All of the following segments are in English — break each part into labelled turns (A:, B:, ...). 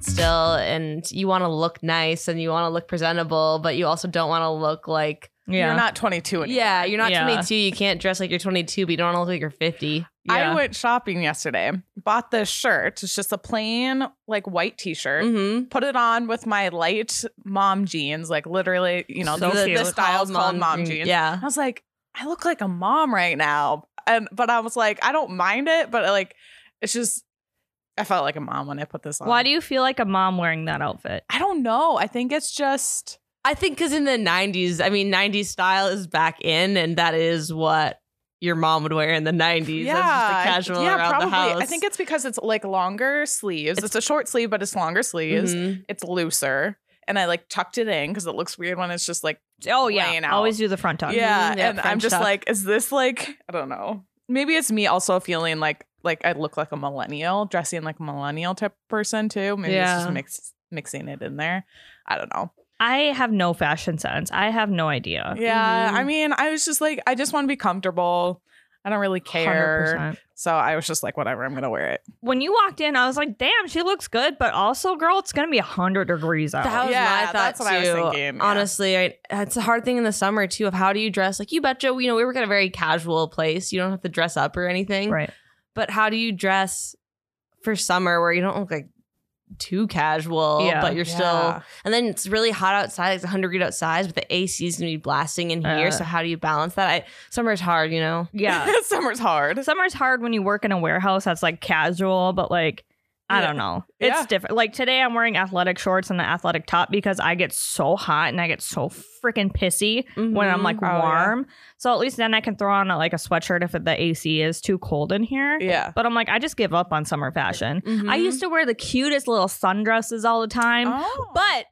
A: still and you want to look nice and you want to look presentable, but you also don't want to look like
B: Yeah.
C: You're not 22 anymore.
A: yeah, you're not
B: Yeah.
A: 22. You can't dress like you're 22, but you don't want to look like you're 50.
B: yeah.
C: I went shopping yesterday, bought this shirt. It's just a plain, like, white t shirt.
A: Mm-hmm.
C: Put it on with my light mom jeans, like, literally, you know,
B: So
C: the,
B: cute.
C: the style's called mom jeans.
A: Yeah.
C: I was like, I look like a mom right now. And but I was like, I don't mind it, but like it's just I felt like a mom when I put this on.
B: Why do you feel like a mom wearing that outfit?
C: I don't know. I think it's just
A: I think because in the 90s, I mean, 90s style is back in, and that is what your mom would wear in the 90s.
C: yeah,
A: That's just
C: I-
A: a casual
C: yeah,
A: around
C: probably.
A: the house.
C: I think it's because it's like longer sleeves. It's, a short sleeve, but it's longer sleeves.
A: Mhm.
C: It's looser, and I like tucked it in because it looks weird when it's just like
B: Oh yeah,
C: Laying out. Mm-hmm,
B: always do the front tuck.
C: yeah.
A: Mhm, yeah,
C: and I'm
A: French
C: just
A: tuck.
C: like, is this like I don't know. Maybe it's me also feeling like like I look like a millennial, dressing like a millennial type person too. Maybe it's
A: Yeah.
C: just mix, mixing it in there. I don't know.
B: I have no fashion sense. I have no idea.
C: Yeah,
A: Mhm.
C: I mean, I was just like, I just want to be comfortable. I don't really care.
B: 100%.
C: So I was just like, whatever, I'm gonna wear it.
B: When you walked in, I was like, "Damn, she looks good," but also, girl, it's gonna be hundred degrees out.
A: That was
C: Yeah,
A: my thought
C: that's
A: too.
C: what I was thinking, yeah.
A: Honestly, I, it's a hard thing in the summer too. Of how do you dress? Like you betcha, you know, we work at a very casual place. You don't have to dress up or anything.
B: right.
A: But how do you dress for summer where you don't look like too casual,
B: Yeah.
A: but you're still
C: Yeah.
A: And then it's really hot outside. It's 100 degrees outside, but the AC is going to be blasting in here.
B: Uh.
A: so how do you balance that? I, summer's hard, you know.
B: Yeah.
C: summer's hard.
B: Summer's hard when you work in a warehouse that's like casual, but like I
C: Yeah.
B: don't know. It's
C: Yeah.
B: different. Like today I'm wearing athletic shorts and an athletic top because I get so hot and I get so freaking pissy when I'm like
C: Oh, yeah.
B: warm. So at least then I can throw on a, like a sweatshirt if the AC is too cold in here.
C: Yeah. Mm-hmm.
B: But I'm like I just give up on summer fashion.
A: Mm-hmm.
B: I used to wear the cutest little sundresses all the time.
C: Oh.
B: But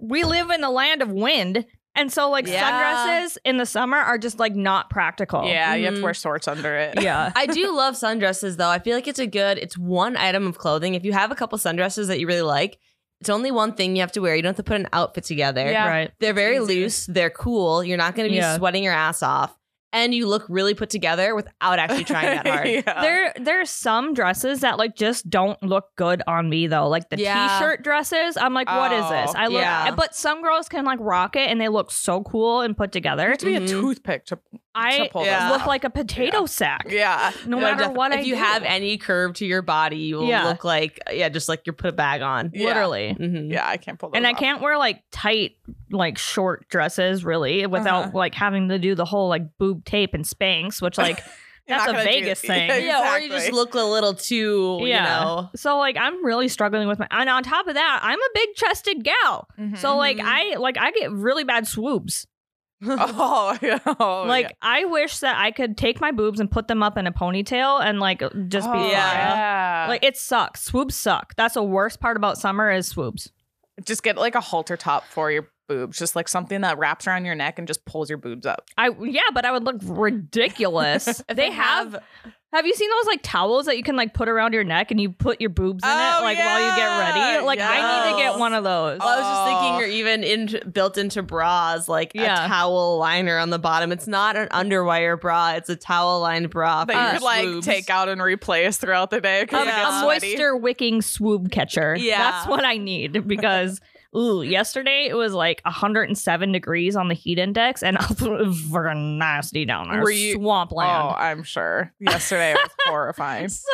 B: we live in the land of wind. And so like
A: Yeah.
B: sundresses in the summer are just like not practical.
C: yeah, you have to
A: Mhm.
C: wear shorts under it.
B: Yeah.
A: I do love sundresses though. I feel like it's a good, it's one item of clothing. If you have a couple sundresses that you really like, it's only one thing you have to wear. You don't have to put an outfit together.
C: Yeah.
B: Right.
A: They're very
C: easy.
A: loose, they're cool. You're not going to be
B: Yeah.
A: sweating your ass off. And you look really put together without actually trying that hard.
C: Yeah.
B: There there are some dresses that like just don't look good on me though. Like the
A: Yeah.
B: t-shirt dresses. I'm like, what is
C: Oh,
B: this? I look
A: yeah.
B: but some girls can like rock it and they look so cool and put together.
C: to be a
A: Mhm.
C: toothpick to
B: I
C: to pull
A: Yeah.
C: this
B: look
C: off.
B: like a potato sack.
C: yeah.
B: No
A: Yeah,
B: matter
A: def-
B: what
A: if
B: I
A: you
B: do.
A: have any curve to your body, you will
B: Yeah.
A: look like yeah, just like you put a bag on.
C: Yeah.
B: Literally.
A: Mhm.
C: Yeah, I can't pull those
B: And I
C: off.
B: can't wear like tight, like short dresses really without
C: Uh-huh.
B: like having to do the whole like boob tape and spanks, which like
C: You're
B: that's
C: not
B: a
C: gonna do-
B: Vegas thing.
C: Yeah,
A: Yeah, or you just
C: exactly.
A: look a little too,
B: Yeah.
A: you know.
B: so like I'm really struggling with my and on top of that, I'm a big chested gal.
C: Mhm.
B: So like
A: Mhm.
B: I like I get really bad swoops.
C: oh, yeah. Oh,
B: like
C: yeah.
B: I wish that I could take my boobs and put them up in a ponytail and like just be
C: Oh,
B: fine.
C: yeah.
B: Like it sucks. Swoops suck. That's the worst part about summer is swoops.
C: just get like a halter top for your boobs, just like something that wraps around your neck and just pulls your boobs up.
B: I yeah, but I would look ridiculous. they,
A: they
B: have,
A: have-
B: have you seen those like towels that you can like put around your neck and you put your boobs in
C: Oh,
B: it like while you get
C: yeah,
B: ready? Like I need to get
C: yes.
B: one of those.
A: Well, I was just thinking
C: Oh.
A: you're even in built into bras, like
B: Yeah.
A: a towel liner on the bottom. It's not an underwire bra; it's a towel lined bra for
C: That you
A: your
C: could like
A: swoobs.
C: take out and replace throughout the day. 'cause
B: Um,
C: it gets
B: uh, a
C: Oh, sweaty.
B: moisture wicking swoob catcher.
A: Yeah.
B: That's what I need because ooh, yesterday it was like 107 degrees on the heat index and freaking nasty down there.
C: Were you- Oh,
B: Swampland.
C: I'm sure. Yesterday it was horrifying.
B: so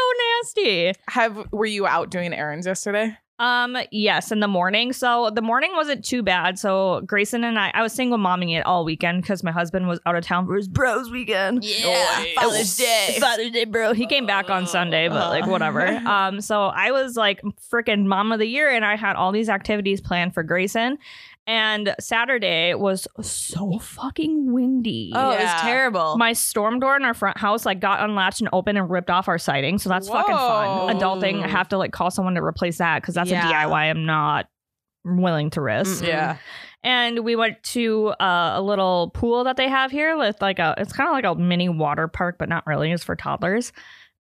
B: nasty.
C: Have were you out doing errands yesterday?
B: Um, yes, in the morning. So the morning wasn't too bad. So Grayson and I I was single momming it all weekend because my husband was out of town for his bros weekend.
A: yeah,
C: Nice.
A: Father's Day. Uh-huh.
B: Father's Day, bro. He came back on Sunday, but like whatever. Um, so I was like freaking mom of the year, and I had all these activities planned for Grayson. And Saturday was so fucking windy.
A: Oh, it was
C: Yeah.
A: terrible.
B: My storm door in our front house like got unlatched and opened and ripped off our siding, so that's fucking fun.
C: Whoa.
B: Adulting, I have to like call someone to replace that because that's
A: Yeah.
B: a DIY I'm not willing to risk
A: Mm-mm. Yeah.
B: and we went to uh, a little pool that they have here with like a it's kind of like a mini water park but not really it's for toddlers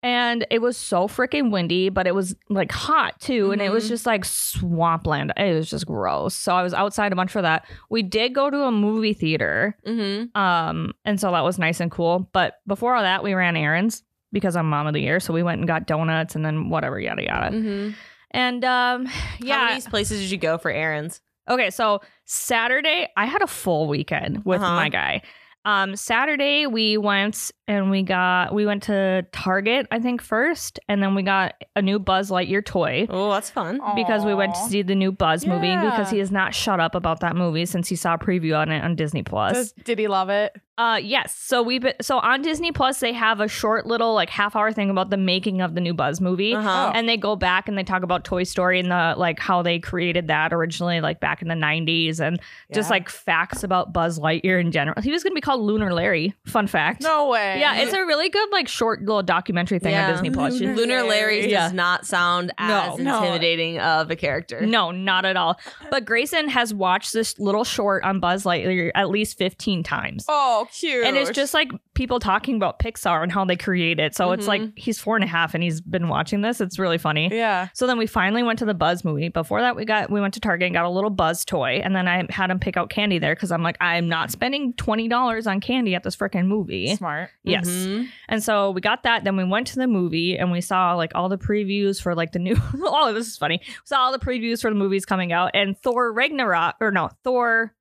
B: and it was so freaking windy but it was like hot too and it was
A: Mhm.
B: just like swampland it was just gross so i was outside a bunch for that we did go to a movie theater
A: mm-hmm.
B: um and so that was nice and cool but before all that we ran errands because i'm mom of the year so we went and got donuts and then whatever yada yada
A: Mm-hmm.
B: And um,
A: Yeah. How
B: yeah.
A: many places did you go for errands?
B: Okay, so Saturday I had a full weekend with
A: Uh-huh.
B: my guy. Um, Saturday we went and we got we went to Target I think first, and then we got a new Buzz Lightyear toy
A: Oh, that's fun.
B: because we went to
C: Aw.
B: see the new Buzz movie because
C: Yeah.
B: he has not shut up about that movie since he saw a preview on it on Disney Plus.
C: Does- Did he love it?
B: Uh yes. So we have so on Disney Plus they have a short little like half hour thing about the making of the new Buzz movie.
A: Uh-huh.
B: And they go back and they talk about Toy Story and the like how they created that originally like back in the 90s and just
C: Yeah.
B: like facts about Buzz Lightyear in general. He was going to be called Lunar Larry, fun fact.
C: No way.
B: Yeah, it's a really good like short little documentary thing
A: Yeah.
B: on Disney Plus.
C: Lunar
A: Lunar Larry
B: Yeah.
A: does not sound as
B: No.
C: No.
A: intimidating of a character.
B: No, not at all. But Grayson has watched this little short on Buzz Lightyear at least 15 times.
C: oh cute.
B: And it's just like people talking about Pixar and how they create it. So it's like
C: Mm-hmm.
B: he's four and a half and he's been watching this. It's really funny.
C: yeah.
B: So then we finally went to the Buzz movie. Before that, we got we went to Target and got a little Buzz toy, and then I had him pick out candy there because I'm like, I'm not spending twenty dollars on candy at this freaking movie.
C: Smart. Mm-hmm.
B: Yes.
A: Mhm.
B: And so we got that. Then we went to the movie and we saw like all the previews for like the new. oh, this is funny. We saw all the previews for the movies coming out, and Thor Ragnarok or no Thor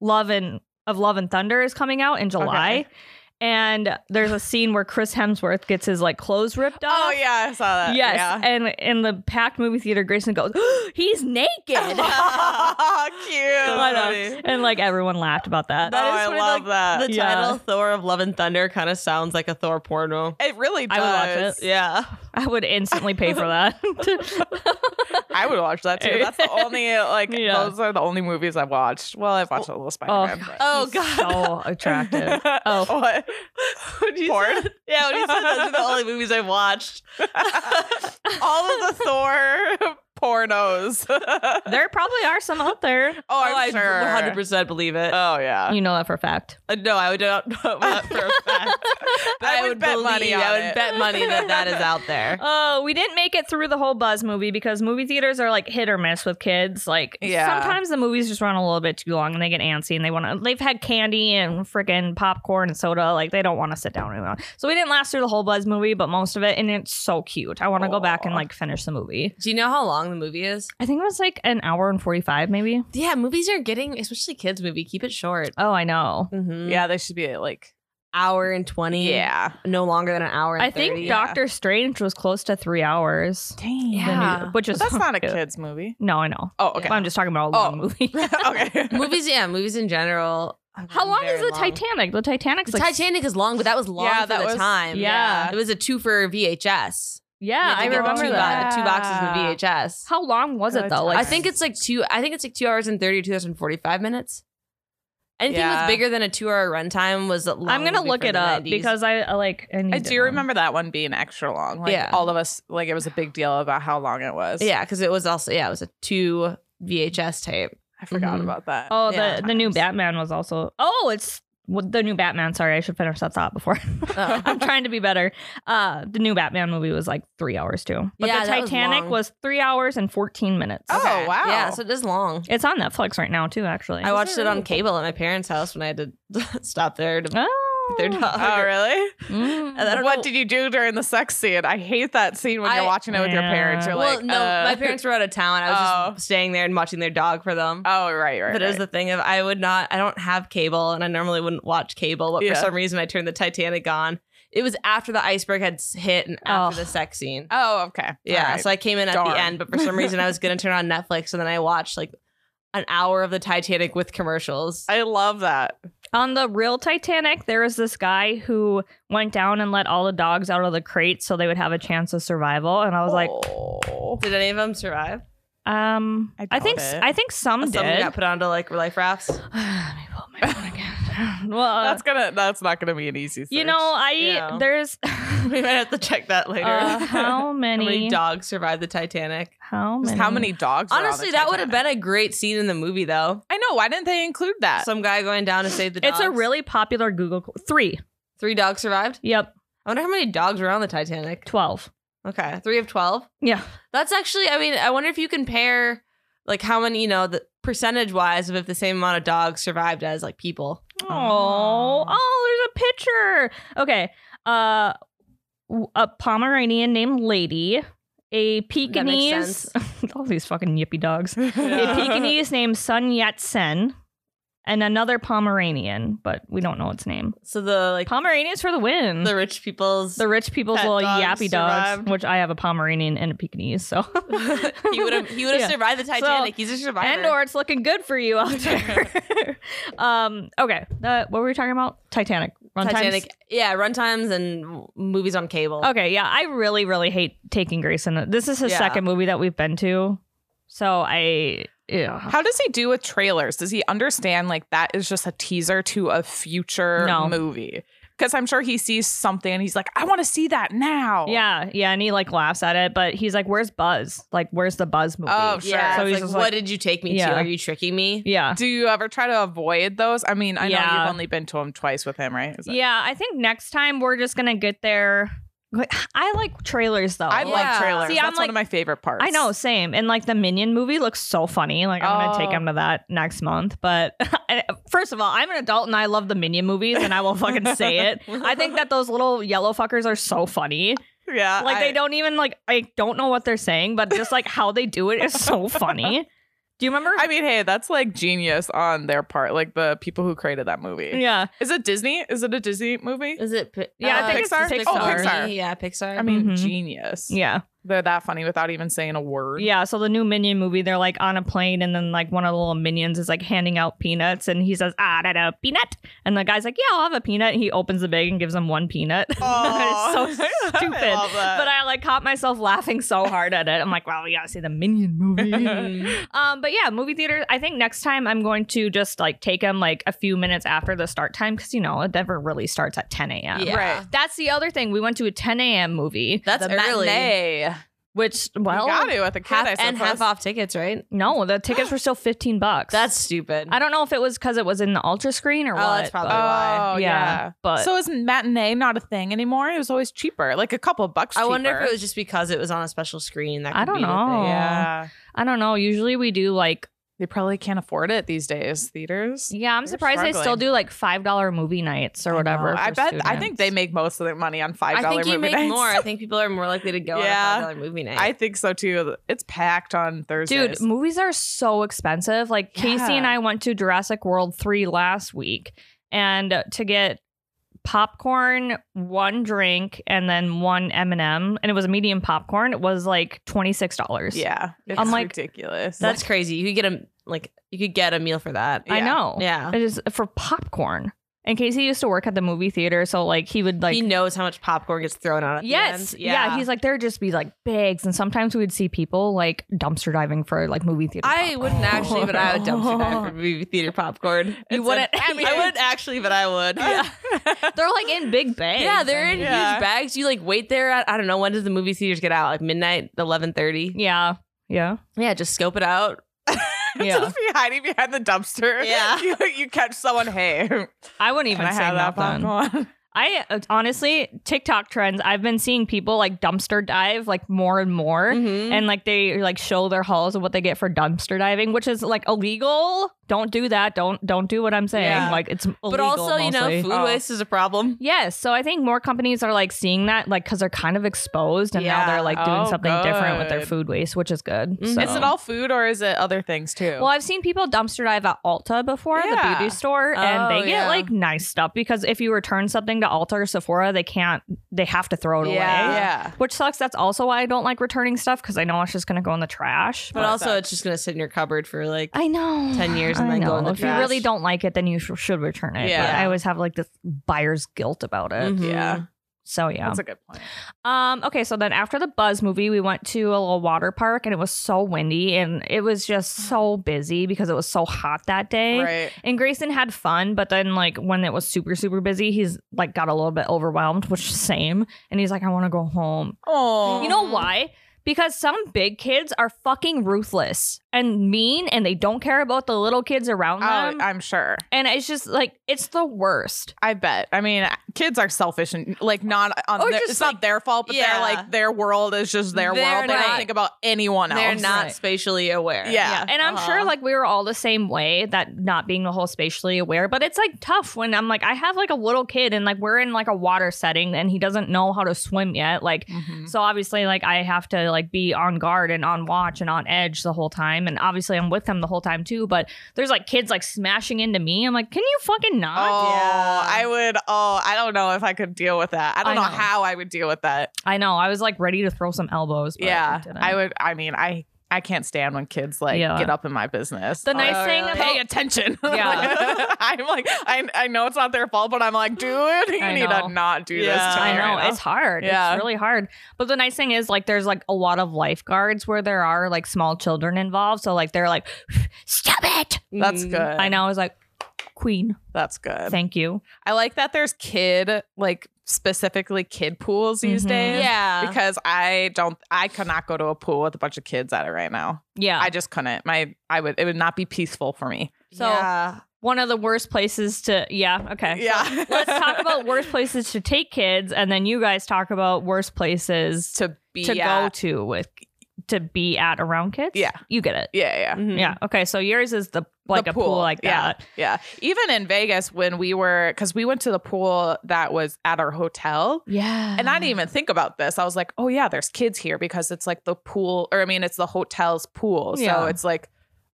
B: Love and of Love and Thunder is coming out in July.
C: Okay.
B: And there's a scene where Chris Hemsworth gets his like clothes ripped off.
C: Oh yeah, I saw
A: Uh,
C: that.
B: Yes,
C: Yeah.
B: and in the packed movie theater, Grayson goes, "He's naked,"
C: cute.
B: and like everyone laughed about that.
C: oh,
A: is
C: I
A: what it
C: love
A: looked-
C: that.
A: The
B: Yeah.
A: title Thor of Love and Thunder kind of sounds like a Thor porno.
C: it really does.
B: I would watch it.
A: Yeah.
B: I would instantly pay for that.
C: I would watch that too. That's the only like
B: Yeah.
C: those are the only movies I've watched. Well, I've watched a little
B: oh,
C: Spider Man.
A: Oh,
B: he's
A: God.
B: so attractive. Oh.
C: what?
A: When you
C: Porn?
A: said- yeah, when you said those are the only movies I've watched.
C: All of the Thor pornos. oh,
B: There probably are some out there.
A: oh, I
C: I'm sure.
A: 100% believe it.
C: Oh yeah.
B: You know that for a fact.
A: Uh, no, I would not know that for a fact. But
C: I would bet
A: believe,
C: money
A: I
C: on
A: would
C: it.
A: bet money that that is out there.
B: Oh, we didn't make it through the whole Buzz movie because movie theaters are like hit or miss with kids. Like
C: Yeah.
B: sometimes the movies just run a little bit too long and they get antsy and they want to. They've had candy and freaking popcorn and soda. Like they don't want to sit down anymore. So we didn't last through the whole Buzz movie, but most of it, and it's so cute. I want to go back and
C: Aw.
B: like finish the movie.
A: Do you know how long the movie is?
B: I think it was like an hour and forty five, maybe.
A: Yeah, movies are getting, especially kids' movie, keep it short.
B: Oh, I know.
A: Mm-hmm.
C: Yeah, they should be at, like
A: Hour and 20.
C: yeah.
A: No longer than an hour and
B: I think
A: 30.
C: yeah.
B: Doctor Strange was close to three hours.
C: Dang.
B: The new-
A: Yeah.
B: which is
C: But that's not a
B: cute.
C: kids movie.
B: No, I know.
C: Oh, okay.
B: I'm just talking about a
C: Oh.
B: long movie.
C: okay.
A: movies, yeah, movies in general. are
B: How long
A: Oh,
B: is
A: very
B: the Titanic? The Titanic's
A: The
B: like
A: Titanic is long, but that was long
C: Yeah,
A: for
C: that
A: the
C: was-
A: time.
B: Yeah.
A: It was a two for VHS. You
B: Yeah,
A: had to
B: I
A: get
B: remember
A: two bo-
B: that.
A: two
C: Yeah.
A: boxes of VHS.
B: How long was it
C: Good
B: though? Like
A: I think it's like two. I think it's like two hours and thirty, two hours and forty-five minutes. Anything
C: Yeah.
A: that's bigger than a two-hour runtime was. a long
B: I'm gonna
A: movie
B: look
A: for
B: it
A: the
B: up
A: 90s.
B: because I I, like. I, need
C: I
B: to
C: do
B: know.
C: remember that one being extra long. Like
A: Yeah.
C: all of us, like it was a big deal about how long it was.
A: yeah, because it was also yeah, it was a two VHS tape.
C: I forgot
A: Mhm.
C: about that.
B: Oh, the
A: Yeah.
B: the new Batman was also. Oh, it's what the new Batman. Sorry, I should finish that thought before.
A: Oh.
B: I'm trying to be better. Uh, the new Batman movie was like three hours too, but
A: Yeah,
B: the
A: that was
B: Titanic
A: long.
B: was, three hours and fourteen minutes.
C: Oh
A: Okay.
C: wow.
A: Yeah, so it is long.
B: It's on Netflix right now too. Actually,
A: I watched it on
C: really?
A: cable at my parents' house when I had to stop there to
B: Oh,
A: their dog.
C: Oh really?
B: Mm.
A: I don't
C: What
A: know-
C: did you do during the sex scene? I hate that scene when
A: I-
C: you're watching it with your
B: Yeah.
C: parents. You're
A: well,
C: like,
A: no,
C: uh,
A: my parents were out of town. I was just staying there and watching their dog for them.
C: Oh right, right.
A: but it was the thing of I would not, I don't have cable and I normally wouldn't watch cable, but
C: Yeah.
A: for some reason I turned the Titanic on. It was after the iceberg had s- hit and after
B: Oh.
A: the sex scene.
C: right. oh okay.
A: yeah. So I came in at
C: Darn.
A: the end, but for some reason I was going to turn on Netflix and then I watched like an hour of the Titanic with commercials.
C: I love that.
B: On the real Titanic, there was this guy who went down and let all the dogs out of the crate so they would have a chance of survival. And I was like,
C: Oh.
A: Did any of them survive?
B: um,
C: I
B: I,
C: doubt
B: think
C: it.
B: I think some
A: Some
B: did.
A: got put onto like life rafts.
B: Let me pull up my phone again. well, uh,
C: that's gonna. That's not gonna be an easy. Search.
B: you know, I
A: Yeah.
B: there's
A: we might have to check that later.
B: uh, how
A: How
B: many,
A: many dogs survived the Titanic?
B: how
C: Just
B: many
C: how many dogs? were on the
A: Honestly, that would have
C: Titanic?
A: been a great scene in the movie, though.
C: I know. Why didn't they include that?
A: Some guy going down to save the dogs.
B: It's a really popular Google qu- three.
A: three dogs survived.
B: Yep,
A: I wonder how many dogs were on the Titanic.
B: twelve.
A: Okay, three of twelve.
B: Yeah,
A: That's actually. I mean, I wonder if you compare like how many you know the percentage wise of if the same amount of dogs survived as like people.
B: Oh,
C: Oh.
B: oh, there's a picture. Okay. Uh w- a Pomeranian named Lady, a
A: That makes
B: Pekingese, all these fucking yippy dogs, a
C: Yeah.
B: Pekingese named Sun Yat sen, and another Pomeranian, but we don't know its name.
A: So the like
B: Pomeranians for the win.
A: the rich people's
B: The rich people's
C: Pet
B: little
C: dogs
B: yappy
C: survived.
B: dogs, which I have a Pomeranian and a Pekingese, so
A: he would have he would have
B: Yeah.
A: survived the Titanic. He's a survivor.
B: And or it's looking good for you out there. um, okay, uh, what were we talking about? Titanic. Run times?
A: Titanic. Yeah, runtimes and w- movies on cable.
B: Okay, yeah, I really, really hate taking Grayson. This is his
A: Yeah.
B: second movie that we've been to, so I yeah.
C: How does he do with trailers? Does he understand like that is just a teaser to a future
B: No.
C: movie? Because I'm sure he sees something and he's like, I want to see that now.
B: Yeah, yeah, and he like laughs at it, but he's like, "Where's Buzz? Like, where's the Buzz movie?"
C: Oh, sure.
A: Yeah.
B: So
A: it's
B: he's
A: like,
B: just
A: what
B: like-
A: did you take me
B: Yeah.
A: to? Are you tricking me?
B: yeah,
C: Do you ever try to avoid those? I mean, I know
B: Yeah.
C: you've only been to him twice with him, right? Is that-
B: yeah. I think next time we're just gonna get there. I like trailers though.
C: I
A: Yeah.
C: love trailers.
B: See,
C: That's
B: I'm
C: one
B: like-
C: of my favorite parts.
B: I know, same. And like the Minion movie looks so funny. Like I'm gonna take
C: Oh.
B: him to that next month. But first of all, I'm an adult and I love the Minion movies, and I will fucking say it. I think that those little yellow fuckers are so funny.
C: Yeah.
B: Like
C: I-
B: they don't even like I don't know what they're saying, but just like how they do it is so funny. Do you remember?
C: I mean, hey, that's like genius on their part. Like the people who created that movie.
B: yeah,
C: Is it Disney? Is it a Disney movie?
A: Is it? Pi-
B: Yeah, I
A: uh,
B: think it's Pixar?
C: Oh, Pixar.
A: Yeah, Pixar.
C: I mean,
B: Mhm.
C: genius.
B: yeah,
C: They're that funny without even saying a word.
B: yeah. So the new Minion movie, they're like on a plane, and then like one of the little minions is like handing out peanuts, and he says, "Ah, da da, peanut," and the guy's like, "Yeah, I'll have a peanut." And he opens the bag and gives him one peanut.
C: Aw.
B: it's so stupid.
C: I love that.
B: But I like caught myself laughing so hard at it. I'm like, wow, we gotta see the Minion movie. Um, but yeah, movie theater. I think next time I'm going to just like take them like a few minutes after the start time because you know it never really starts at 10 a.m.
A: Yeah.
C: Right.
B: That's the other thing. We went to a 10 a.m. movie,
A: That's
C: the
A: early.
C: matinee.
B: which well,
C: you got to with a kid,
A: Half
C: I
A: and half
C: suppose.
A: off tickets, right?
B: no, the tickets were still 15 bucks.
A: That's stupid.
B: I don't know if it was because it was in the ultra screen or
A: Oh,
B: what.
A: that's probably
B: but-
A: why.
C: Oh yeah.
B: yeah, but
C: so is matinee not a thing anymore? It was always cheaper, like a couple bucks.
A: I wonder if
C: cheaper.
A: it was just because it was on a special screen. That
B: I
A: could
B: don't
A: be the thing.
B: know.
C: Yeah,
B: I don't know. Usually we do like
C: they probably can't afford it these days. Theaters
B: yeah. I'm
C: They're
B: surprised they still
C: struggling.
B: do like five dollar movie nights or
C: I
B: whatever.
C: know. I
B: for
C: bet. I think
B: students.
C: they make most of their money on five
A: I
C: dollar
A: think
C: movie
A: you make
C: nights.
A: more. I think people are more likely to go
C: Yeah.
A: on a five dollar movie night.
C: I think so too. It's packed on Thursdays.
B: Dude, movies are so expensive. Like Casey
C: Yeah.
B: and I went to Jurassic World 3 last week and to get popcorn, one drink and then one M&M and it was a medium popcorn, it was like $26.
C: yeah, it's
B: I'm like,
C: ridiculous.
A: that's crazy. You could get a like you could get a meal for that.
B: I
C: Yeah.
B: know.
A: Yeah.
B: It is for popcorn. And Casey used to work at the movie theater, so like he would like
A: he knows how much popcorn gets thrown out. At the
B: Yes.
A: end.
B: Yeah. He's like, there'd just be like bags. And sometimes we would see people like dumpster diving for like movie theater.
A: I wouldn't actually, but I would dump food out for movie theater popcorn.
C: It's
A: you wouldn't.
C: an-
A: I, mean, I wouldn't actually, but I would. Yeah,
B: They're like in big bags.
A: they're in
B: and-
C: Yeah.
A: huge bags. You like wait there at I don't know when does the movie theaters get out? Like midnight, eleven thirty.
B: Yeah. Yeah.
A: Yeah, just scope it out.
B: Yeah.
C: Just be hiding behind the dumpster.
A: Yeah.
C: you, you catch someone. Hey, can
B: I wouldn't even
C: I
B: say
C: have that
B: nothing.
C: popcorn?
B: I uh, honestly TikTok trends. I've been seeing people like dumpster dive like more and more,
A: Mhm.
B: and like they like show their hauls of what they get for dumpster diving, which is like illegal. Don't do that. Don't don't do what I'm saying.
A: Yeah.
B: Like it's illegal.
A: but also, you know,
B: mostly.
A: food
C: Oh.
A: waste is a problem.
B: Yes, so I think more companies are like seeing that, like, because they're kind of exposed, and now
A: Yeah.
B: they're like doing
C: Oh,
B: something different with their
C: good.
B: food waste, which is good.
A: Mhm.
B: So.
C: Is it all food or is it other things too?
B: Well, I've seen people dumpster dive at Ulta before,
C: Yeah.
B: the beauty store,
A: Oh,
B: and they get
A: yeah.
B: like nice stuff because if you return something to Ulta or Sephora, they can't, they have to throw it
A: Yeah.
B: away.
C: yeah.
B: Which sucks. That's also why I don't like returning stuff because I know it's just going to go in the trash.
A: But
C: Well,
A: also,
C: that's-
A: it's just gonna sit in your cupboard for like.
B: I know.
A: 10 years and
B: I
A: then go
B: know.
A: in the
B: If
A: trash.
B: you really don't like it, then you sh- should return it.
C: Yeah.
B: But I always have like this buyer's guilt about it.
A: Mhm.
C: Yeah.
B: So Mm-hmm. yeah.
C: That's a good point.
B: Um, okay, so then after the Buzz movie, we went to a little water park and it was so windy and it was just so busy because it was so hot that day.
C: Right.
B: And Grayson had fun, but then like when it was super, super busy, he's like got a little bit overwhelmed, which is same. And he's like, I want to go home.
C: Oh,
B: You know why? Because some big kids are fucking ruthless and mean and they don't care about the little kids around
C: Oh,
B: them.
C: I'm sure.
B: and it's just like it's the worst.
C: I bet. I mean, kids are selfish and like not on.
B: Or
C: Their,
B: just,
C: it's not their fault, but
A: yeah.
C: they're like their world is just their
A: They're
C: world. They
A: not-
C: don't think about anyone else.
A: They're not
B: Right.
A: spatially aware.
C: Yeah.
B: And I'm
C: Uh-huh.
B: sure like we were all the same way that not being the whole spatially aware, but it's like tough when I'm like, I have like a little kid and like we're in like a water setting and he doesn't know how to swim yet. Like,
C: Mhm.
B: so obviously, like I have to like be on guard and on watch and on edge the whole time. And obviously, I'm with them the whole time too. But there's like kids like smashing into me. I'm like, can you fucking not?
C: Oh,
A: yeah.
C: I would. Oh, I don't know if I could deal with that. I don't
B: I
C: know,
B: know.
C: how I would deal with that.
B: I know. I was like ready to throw some elbows. But
C: yeah,
B: didn't.
C: I, would. I mean, I I can't stand when kids like
B: Yeah.
C: get up in my business.
B: The nice
A: Oh,
B: thing
A: really?
B: about
C: pay attention.
B: Yeah.
C: I'm like, I, I know it's not their fault, but I'm like, dude, you
B: I
C: need
B: know.
C: to not do
A: Yeah.
C: this. To me
B: I know
C: right now.
B: it's hard.
C: Yeah.
B: It's really hard. But the nice thing is, like, there's like a lot of lifeguards where there are like small children involved. So like they're like, stop it.
C: That's
A: Mhm.
C: good.
B: I know. I was like, Queen,
C: That's good.
B: thank you.
C: I like that there's kid, like specifically kid pools these
B: Mhm.
C: days.
A: Yeah.
C: Because I don't, I could not go to a pool with a bunch of kids at it right now.
B: Yeah.
C: I just couldn't. My, I would, it would not be peaceful for me.
B: So-
A: Yeah.
B: One of the worst places to. Yeah. Okay. So
C: Yeah.
B: let's talk about worst places to take kids, and then you guys talk about worst places
C: to be
B: to go
C: at-
B: to with to be at around kids.
C: Yeah.
B: You get it.
C: Yeah, yeah. Mm-hmm.
A: Mhm.
B: Yeah. Okay. So yours is the like
C: The
B: a pool,
C: pool.
B: like
C: Yeah.
B: that.
C: Yeah. Even in Vegas, when we were, because we went to the pool that was at our hotel.
B: Yeah.
C: And I didn't even think about this. I was like, oh, yeah, there's kids here because it's like the pool, or I mean, it's the hotel's pool.
B: Yeah.
C: So it's like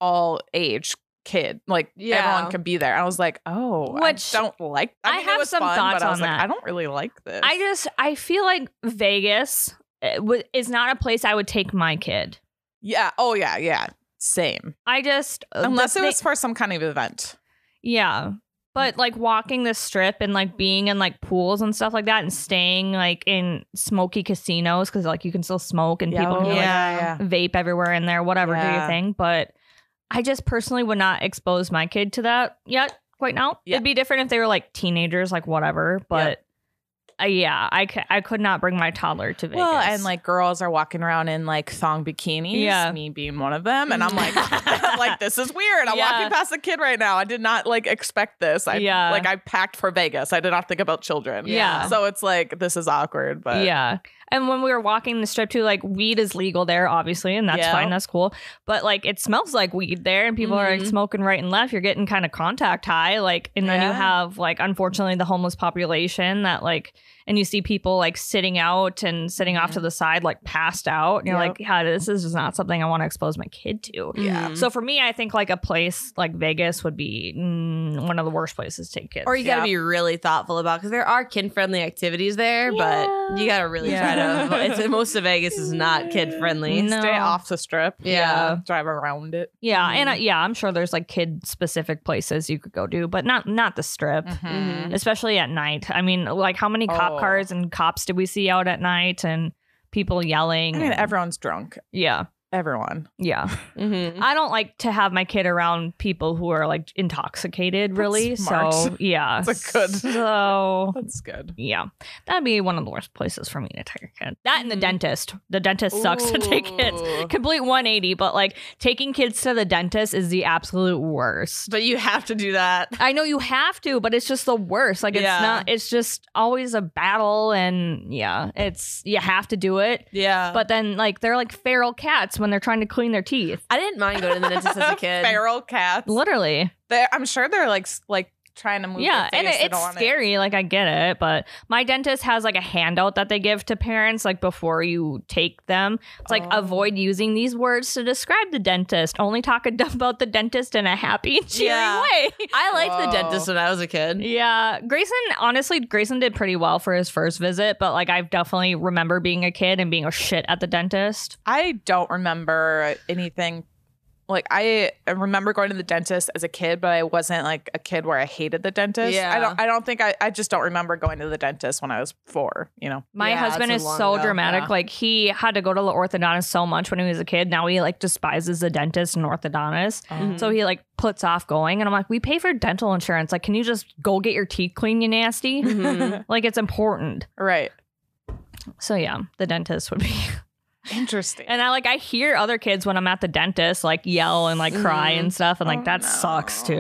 C: all age kid. Like
A: Yeah.
C: everyone can be there. I was like, oh,
B: Which-
C: I don't like
B: I
C: I, mean, it
B: have
C: was
B: some
C: fun,
B: thoughts
C: but I was
B: on
C: like,
B: that.
C: I don't really like this.
B: I just I feel like Vegas uh, wa- is not a place I would take my kid.
C: yeah. Oh, yeah. Yeah. Same.
B: I just uh,
C: Unless
B: the
C: it was
B: thi-
C: for some kind of event.
B: yeah. But like walking the strip and like being in like pools and stuff like that and staying like in smoky casinos because like you can still smoke and people can
A: oh,
B: like
A: yeah.
B: vape everywhere in there, whatever, do your
C: Yeah.
B: thing. But I just personally would not expose my kid to that yet, quite now.
C: Yeah.
B: It'd be different if they were like teenagers, like whatever. But uh, yeah, I, c- I could not bring my toddler to Vegas.
C: Well, and like girls are walking around in like thong bikinis,
B: Yeah.
C: me being one of them. And I'm like, I'm like, this is weird. I'm
B: Yeah.
C: walking past a kid right now. I did not like expect this. I
B: Yeah.
C: like I packed for Vegas. I did not think about children.
B: Yeah.
C: So it's like this is awkward, but
B: yeah. And when we were walking the strip too, like weed is legal there, obviously, and that's
C: Yeah. Mm-hmm.
B: fine, that's cool. But like it smells like weed there, and people are
A: Mhm.
B: like smoking right and left. You're getting kind of contact high, like, and then you
C: Yeah.
B: have like unfortunately the homeless population that like, and you see people like sitting out and sitting off
C: Mhm.
B: to the side, like passed out. And you're
C: Yep.
B: like, yeah, this is just not something I want to expose my kid to.
C: Yeah.
A: Mhm.
B: So for me, I think like a place like Vegas would be mm, one of the worst places to take kids.
A: or you got to
C: Yeah.
A: be really thoughtful about because there are kid friendly activities there,
B: Yeah.
A: but you got to really
C: Yeah.
A: try to. It's most of Vegas is not kid friendly.
B: No.
C: stay off the strip.
A: Yeah.
C: Drive around it.
B: Yeah, and uh,
C: Mm-hmm.
A: Mhm.
B: yeah, I'm sure there's like kid specific places you could go to, but not not the strip,
A: Mhm.
B: especially at night. I mean, like how many cop
C: Mm-hmm. Oh.
B: cars and cops did we see out at night and people yelling?
C: I mean,
B: and-
C: everyone's drunk.
B: yeah,
C: Everyone.
B: yeah.
A: Mhm.
B: I don't like to have my kid around people who are like intoxicated, really.
C: smart.
B: So yeah,
C: That's a good-
B: So
C: That's good.
B: yeah, that'd be one of the worst places for me to take a kid. That and the
A: Mhm.
B: dentist. The dentist sucks to take kids.
C: Mm-hmm. Ooh.
B: Complete 180, but like taking kids to the dentist is the absolute worst.
A: But you have to do that.
B: I know you have to, but it's just the worst. Like it's
A: Yeah.
B: not it's just always a battle and yeah, it's you have to do it.
A: Yeah.
C: Uh-huh.
A: But
B: But then like they're like feral cats when they're trying to clean their teeth.
A: I didn't mind going to the dentist as a kid.
C: Feral cats.
B: Literally.
C: They're, I'm sure they're like s- like trying to move.
B: yeah,
C: their
B: and
C: face.
B: it,
C: They don't
B: it's
C: wanna-
B: scary. Like I get it, but my dentist has like a handout that they give to parents like before you take them. It's like
C: Oh.
B: avoid using these words to describe the dentist. Only talk ad- about the dentist in a happy and cheering
A: Yeah.
B: way.
A: I liked the
C: Whoa.
A: dentist when I was a kid.
B: Yeah, Grayson. Honestly, Grayson did pretty well for his first visit, but like I definitely remember being a kid and being a shit at the dentist.
C: I don't remember anything. Like I I remember going to the dentist as a kid, but I wasn't like a kid where I hated the dentist. I
A: Yeah.
C: don't. I don't think I. I just don't remember going to the dentist when I was four. You know.
B: My
A: Yeah,
B: husband is
A: it's so long
B: so
A: ago,
B: dramatic.
A: yeah.
B: Like he had to go to the orthodontist so much when he was a kid. Now he like despises the dentist and orthodontist.
A: Mhm.
B: So he like puts off going, and I'm like, we pay for dental insurance. Like, can you just go get your teeth clean, you nasty?
A: Mhm.
B: like it's important.
C: Right.
B: So yeah, the dentist would be.
C: Interesting.
B: And I like I hear other kids when I'm at the dentist like yell and like cry
A: Mhm.
B: and stuff, and like
C: Oh,
B: that
C: no.
B: sucks too.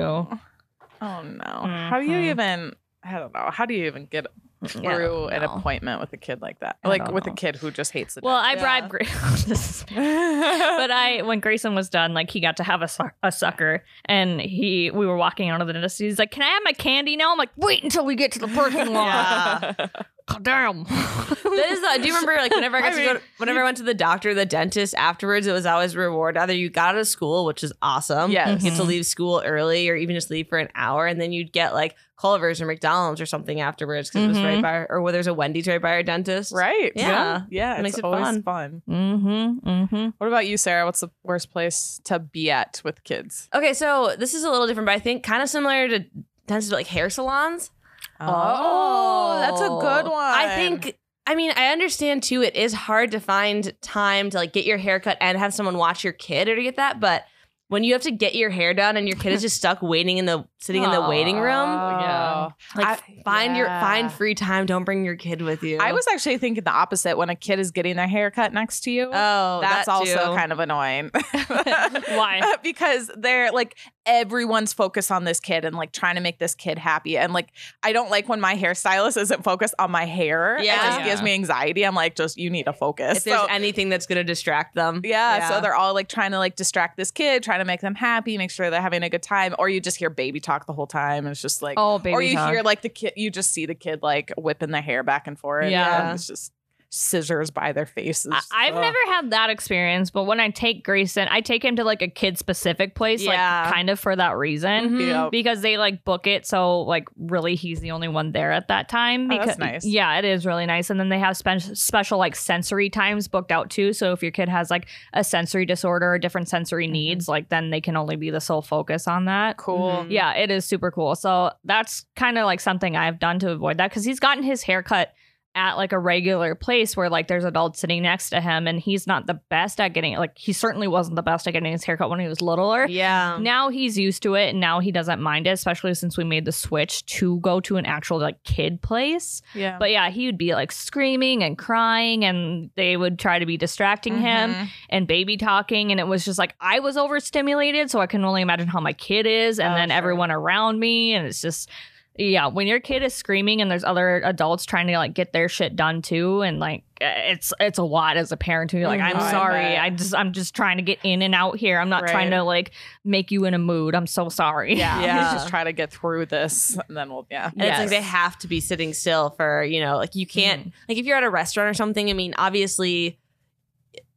C: Oh no. How do you
B: Mhm.
A: Mm-hmm.
C: even? I don't know. How do you even get
B: Yeah,
C: through an
B: no.
C: appointment with a kid like that,
B: Mm-hmm. I
C: like
B: don't
C: with a
B: know.
C: kid who just hates it.
B: Well, I
A: Yeah.
B: bribed Grayson. this is bad. But I, when Grayson was done, like he got to have a, suck- a sucker, and he, we were walking out of the dentist. He's like, "Can I have my candy now?" I'm like, "Wait until we get to the parking lot." God damn.
A: That is. The, do you remember like whenever I got
C: I
A: to go,
C: mean-
A: whenever I went to the doctor, the dentist afterwards, it was always a reward. Either you got out of school, which is awesome.
C: Yes. Mm-hmm.
A: You get to leave school early, or even just leave for an hour, and then you'd get like Culver's or McDonald's or something afterwards because it was right
B: Mhm.
A: by, our- or well, there's a Wendy's right by our dentist.
C: Mm-hmm. right?
A: Yeah.
C: yeah.
A: It makes
C: it's
A: it
C: always
A: fun.
C: fun.
B: Mm-hmm. Mm-hmm.
C: What about you, Sarah? What's the worst place to be at with kids?
A: Okay, so this is a little different, but I think kind of similar to dentists, but, like hair salons.
C: Oh, that's a good one.
A: I think I mean, I understand too, it is hard to find time to like get your haircut and have someone watch your kid or to get that, but when you have to get your hair done and your kid is just stuck waiting in the sitting in the waiting room,
B: yeah.
A: like
C: I-
A: find your
C: yeah.
A: find free time. Don't bring your kid with you.
C: I was actually thinking the opposite when a kid is getting their hair cut next to you.
A: oh,
C: that's
A: that
C: also
A: too.
C: kind of annoying.
B: Why?
C: because they're like everyone's focused on this kid and like trying to make this kid happy. And like I don't like when my hairstylist isn't focused on my hair. It
A: Yeah.
C: just gives me anxiety. I'm like, just you need to focus.
A: if there's
C: So-
A: anything that's gonna distract them,
C: yeah, so they're all like trying to like distract this kid, trying to make them happy, make sure they're having a good time. Or you just hear baby talk the whole time, and it's just like,
B: Oh, baby.
C: or you
B: talk.
C: hear like the kid, you just see the kid like whipping the hair back and forth.
B: Yeah.
C: and it's just scissors by their faces.
B: I- I've
C: Ugh.
B: never had that experience, but when I take Grayson, I take him to like a kid specific place,
A: Yeah.
B: like kind of for that reason.
A: Mhm.
C: Yeah.
B: Because they like book it, so like really he's the only one there at that time.
C: Oh,
B: Because
C: that's nice.
B: yeah, it is really nice. And then they have spe- special like sensory times booked out too. So if your kid has like a sensory disorder or different sensory needs, like then they can only be the sole focus on that.
C: Mm-hmm. Cool.
A: Mhm.
B: Yeah, it is super cool. So that's kind of like something I've done to avoid that because he's gotten his haircut at like a regular place where like there's adults sitting next to him and he's not the best at getting like he certainly wasn't the best at getting his haircut when he was littler.
A: yeah.
B: Now he's used to it and now he doesn't mind it, especially since we made the switch to go to an actual like kid place.
C: Yeah.
B: But yeah, he would be like screaming and crying and they would try to be distracting him
C: Mhm.
B: and baby talking and it was just like i was overstimulated so i can only imagine how my kid is and
C: Oh,
B: then
C: sure.
B: everyone around me and it's just yeah when your kid is screaming and there's other adults trying to like get their shit done too and like eh, it's it's a lot as a parent to be like i'm
C: Mhm.
B: sorry
C: I bet.
B: i just i'm just trying to get in and out here i'm not
C: Right.
B: trying to like make you in a mood i'm so sorry
C: Yeah.
A: Yeah.
C: Let's just try to get through this, and then we'll. Yeah.
A: And it's like
B: Yes.
A: they have to be sitting still for, you know, like you
B: Mm.
A: can't like if you're at a restaurant or something, I mean, obviously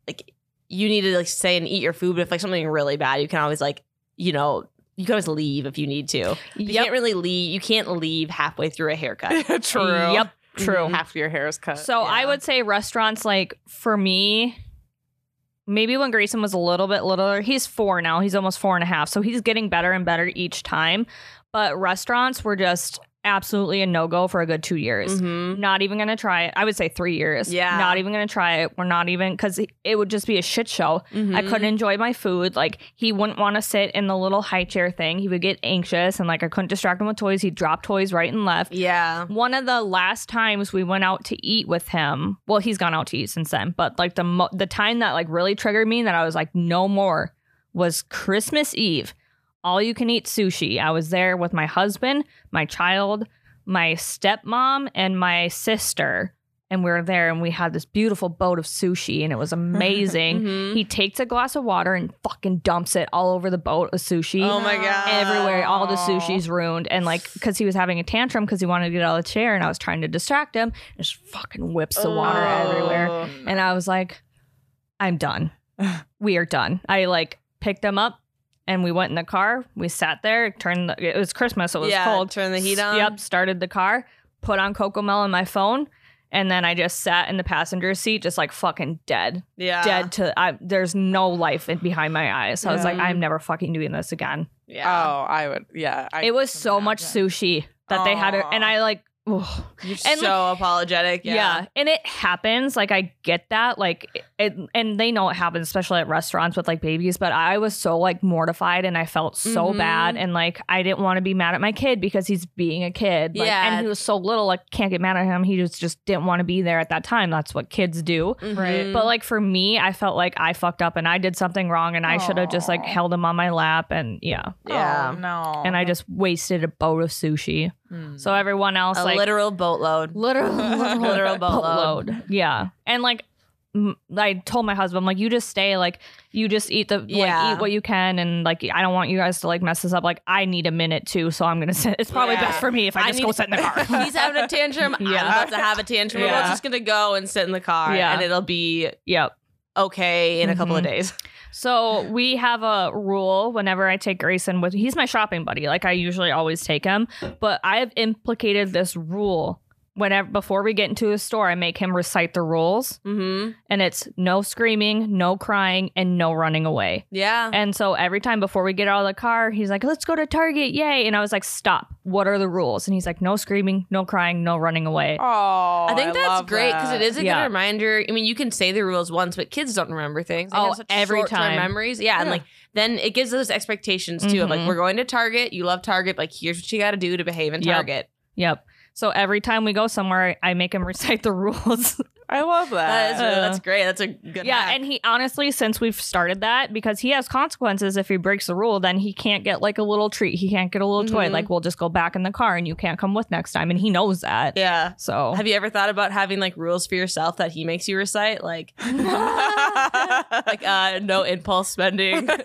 A: like you need to like stay and eat your food, but if like something really bad, you can always like, you know, you can always leave if you need to. But You
B: yep
A: can't really leave you can't leave halfway through a haircut.
C: True.
B: yep true
C: Half your hair is cut.
B: So I
A: Uh, Yeah.
B: would say restaurants, like for me, maybe when Grayson was a little bit littler, he's four now, he's almost four and a half. So he's getting better and better each time. But restaurants were just absolutely a no go for a good two years.
A: Mhm.
B: Not even gonna try it. I would say three years.
A: Yeah.
B: Not even gonna try it. We're not even, because it would just be a shit show. I
A: Mhm.
B: couldn't enjoy my food. Like he wouldn't want to sit in the little high chair thing. He would get anxious and like I couldn't distract him with toys. He'd drop toys right and left
A: Yeah.
B: one of the last times we went out to eat with him well he's gone out to eat since then but like the mo- the time that like really triggered me and that i was like no more was christmas eve all you can eat sushi i was there with my husband my child my stepmom and my sister and we were there and we had this beautiful boat of sushi and it was amazing
A: Mhm.
B: he takes a glass of water and fucking dumps it all over the boat of sushi
A: Oh my god.
B: everywhere. All the
C: Oh.
B: sushi's ruined, and like because he was having a tantrum because he wanted to get out of the chair, and I was trying to distract him. and Just fucking whips the water
C: Oh.
B: everywhere, and I was like, "I'm done. we are done." I like picked him up, and we went in the car. We sat there. Turned. The, it was Christmas. so It was
A: yeah,
B: cold.
A: Turn the heat on.
B: Yep. Started the car. Put on Coco Mel on my phone. And then I just sat in the passenger seat, just like fucking dead,
A: Yeah.
B: dead to. I, there's no life in, behind my eyes. So I was like,
A: Yeah.
B: I'm never fucking doing this again
A: Yeah.
C: Oh, I would. Yeah. I
B: it was
C: couldn't
B: so much
C: imagine.
B: sushi that they had,
C: Aw.
B: and I like, ugh.
A: You're
B: and,
A: so apologetic.
B: yeah. and it happens. Like I get that, like, it, and they know it happens, especially at restaurants with like babies. But I was so like mortified, and I felt so
A: Mhm.
B: bad, and like I didn't want to be mad at my kid because he's being a kid, like,
A: Yeah.
B: and he was so little, like can't get mad at him. He just just didn't want to be there at that time. That's what kids do.
A: Mhm.
B: But like for me, I felt like I fucked up and I did something wrong, and I should have just like
C: Aw.
B: held him on my lap, and yeah,
C: Oh,
A: Yeah.
C: no. Hmm.
B: and I just wasted a boat of sushi. So everyone else
A: a
B: like
A: literal boatload.
B: literal
A: Literal boatload.
B: boatload. Yeah, and like m- I told my husband, I'm like you just stay, like you just eat the
A: Yeah.
B: like eat what you can, and like I don't want you guys to like mess this up. Like I need a minute too, so I'm gonna sit. It's probably
A: Yeah.
B: best for me if I,
A: I
B: just
A: need-
B: go sit in the car.
A: He's having a tantrum. I'm
B: Yeah.
A: about to have a tantrum. We're
B: Yeah.
A: both just gonna go and sit in the car,
B: Yeah. Mm-hmm.
A: and it'll be
B: yep.
A: okay in a couple of days.
B: So we have a rule whenever I take Grayson with he's my shopping buddy. Like I usually always take him, but I have implicated this rule whenever before we get into a store, I make him recite the rules
A: Mm-hmm.
B: and it's no screaming, no crying, and no running away.
A: Yeah.
B: And so every time before we get out of the car, he's like, let's go to Target, yay. And I was like, stop, what are the rules? And he's like, no screaming, no crying, no running away.
C: Oh,
A: I think that's
C: love
A: great because
C: that.
A: it is a
B: Yeah.
A: good reminder. I mean, you can say the rules once, but kids don't remember things. They
B: Oh,
A: have such
B: every
A: short-term
B: time.
A: memories. Yeah, and
B: Yeah.
A: like then it gives those expectations too. Of
B: Mhm.
A: like we're going to Target. You love Target. Like here's what you got to do to behave in
B: Yep.
A: Target.
B: Yep. So every time we go somewhere, I make him recite the rules.
C: I love
A: That is
C: that.
A: really,
B: Uh,
A: that's great. That's a good
B: yeah,
A: hack.
B: and he honestly, since we've started that, because he has consequences if he breaks the rule, then he can't get like a little treat. He can't get a little toy.
A: Mhm.
B: Like we'll just go back in the car, and you can't come with next time. And he knows that.
A: yeah.
B: So
A: Have you ever thought about having like rules for yourself that he makes you recite? Like, like uh, no impulse spending. No.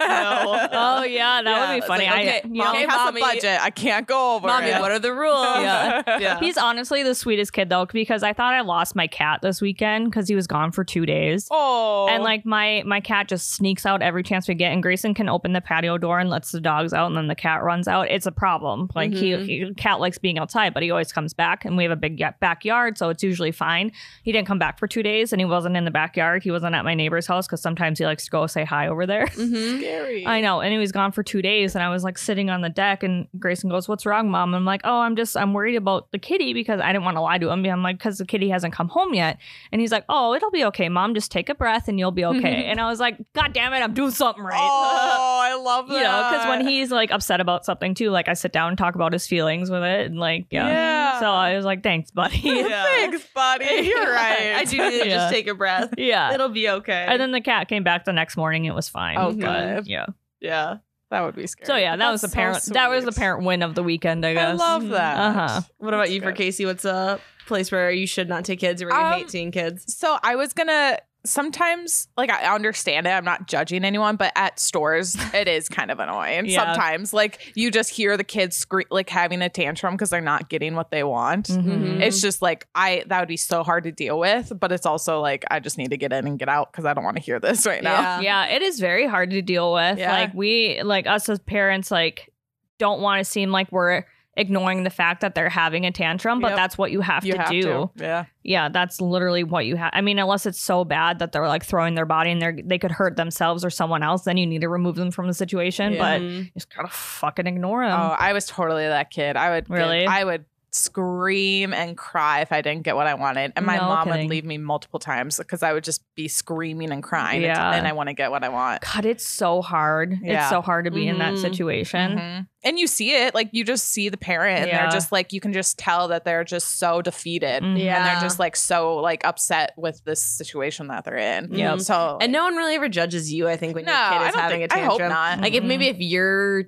B: oh yeah, that
A: Yeah,
B: would
A: it's
B: be funny.
A: like,
B: I,
A: okay,
B: yeah.
C: Mommy
A: Okay,
C: has
A: mommy.
C: a budget. I can't go over
A: Mommy,
C: it.
A: what are the rules?
B: Yeah.
A: yeah.
B: He's honestly the sweetest kid though, because I thought I lost my cat this weekend because he was gone for two days.
C: oh,
B: And like my my cat just sneaks out every chance we get, and Grayson can open the patio door and lets the dogs out, and then the cat runs out. It's a problem. Like
A: Mhm.
B: he, he cat likes being outside, but he always comes back, and we have a big ga- backyard, so it's usually fine. He didn't come back for two days, and he wasn't in the backyard. He wasn't at my neighbor's house because sometimes he likes to go say hi over there.
C: Mm-hmm.
A: Mhm.
C: scary.
B: I know, and he was gone for two days, and I was like sitting on the deck, and Grayson goes, "What's wrong, mom?" I'm like, "Oh, I'm just I'm worried about the kitty because I didn't want to lie to him. I'm like, because the kitty hasn't come home yet." And he's like, "Oh, it'll be okay, mom. Just take a breath, and you'll be okay." and I was like, "God damn it, I'm doing something right."
C: Oh, I love that.
B: you know, because when he's like upset about something too, like I sit down and talk about his feelings with it, and like yeah.
C: Yeah.
B: So I was like, "Thanks, buddy."
A: Yeah.
C: Thanks, buddy. You're right.
A: I do need to
B: Yeah.
A: just take a breath.
B: yeah.
A: It'll be okay.
B: And then the cat came back the next morning. It was fine.
C: Oh,
B: but,
C: good.
B: Yeah.
A: yeah.
C: That would be scary.
B: So yeah, that was
C: That's
B: the
C: so
B: parent. that was the
C: sweet.
B: parent win of the weekend. I
C: I
B: guess.
C: love that.
B: Uh-huh.
A: What about
C: That's
A: you for
C: good.
A: Casey? What's a place where you should not take kids or where you
C: Um,
A: hate seeing kids?
C: So I was gonna sometimes like I understand it. I'm not judging anyone, but at stores it is kind of annoying
B: Yeah.
C: sometimes. Like you just hear the kids scream, like having a tantrum because they're not getting what they want.
B: Mhm.
C: It's just like I that would be so hard to deal with, but it's also like I just need to get in and get out because I don't want to hear this right now.
A: Yeah.
B: yeah, it is very hard to deal with.
C: Yeah.
B: Like we like us as parents like don't want to seem like we're ignoring the fact that they're having a tantrum, but
C: Yep.
B: that's what you have
C: You
B: to
C: have
B: do.
C: to. Yeah.
B: Yeah, that's literally what you have. I mean, unless it's so bad that they're like throwing their body and they are they could hurt themselves or someone else, then you need to remove them from the situation,
C: Yeah.
B: but you
A: Mhm.
B: just got to fucking ignore them.
C: oh, I was totally that kid. I would get-
B: Um, Really?
C: I would scream and cry if I didn't get what I wanted, and my
B: No
C: mom
B: kidding.
C: would leave me multiple times because I would just be screaming and crying,
B: Yeah.
C: and, I want to get what I want.
B: God, it's so hard. It's
C: Yeah. Mm-hmm.
B: so hard to be in that
A: Mhm.
B: situation.
C: Mhm. And you see it, like you just see the parent, and
B: Yeah.
C: they're just like you can just tell that they're just so defeated,
B: Mhm.
A: Yeah.
C: and they're just like so like upset with this situation that they're in.
A: Yep.
C: So
A: And no one really ever judges you, I think, when
C: no,
A: your kid
C: I
A: is
C: don't
A: having
C: think,
A: a
C: I hope
A: tantrum.
C: not.
A: Like if
B: Mhm.
A: maybe if you're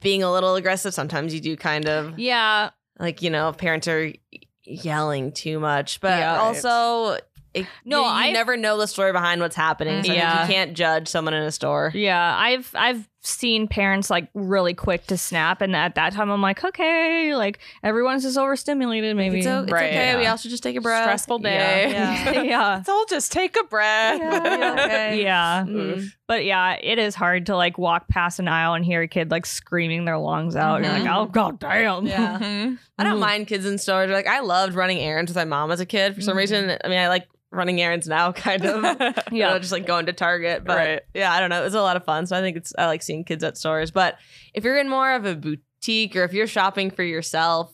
A: being a little aggressive, sometimes you do kind of
B: Yeah.
A: like, you know, if parents are yelling too much. But
B: Yeah.
A: also it,
B: No,
A: you, you
B: I've-
A: never know the story behind what's happening. So I think
B: Yeah.
A: you can't judge someone in a store.
B: Yeah, I've I've seen parents like really quick to snap, and at that time I'm like, okay, like everyone's just overstimulated. Maybe
A: It's, o- it's
C: Right.
A: okay.
B: Yeah.
A: We all should just take a breath.
C: Stressful day.
A: Yeah.
B: yeah, yeah.
C: Let's all just take a breath.
A: Yeah, yeah, okay.
B: Yeah.
A: Mm.
C: Oof.
B: but yeah, it is hard to like walk past an aisle and hear a kid like screaming their lungs out. And
A: Mm-hmm.
B: you're like, oh god damn.
A: Yeah.
C: Mhm.
A: I don't
B: Mhm.
A: mind kids in stores. Like I loved running errands with my mom as a kid. For some
B: Mhm.
A: reason, I mean, I like running errands now, kind of. You know,
B: yeah.
A: just like going to Target. But
C: Right.
A: yeah, I don't know. It was a lot of fun. So I think it's I like seeing kids at stores. But if you're in more of a boutique or if you're shopping for yourself,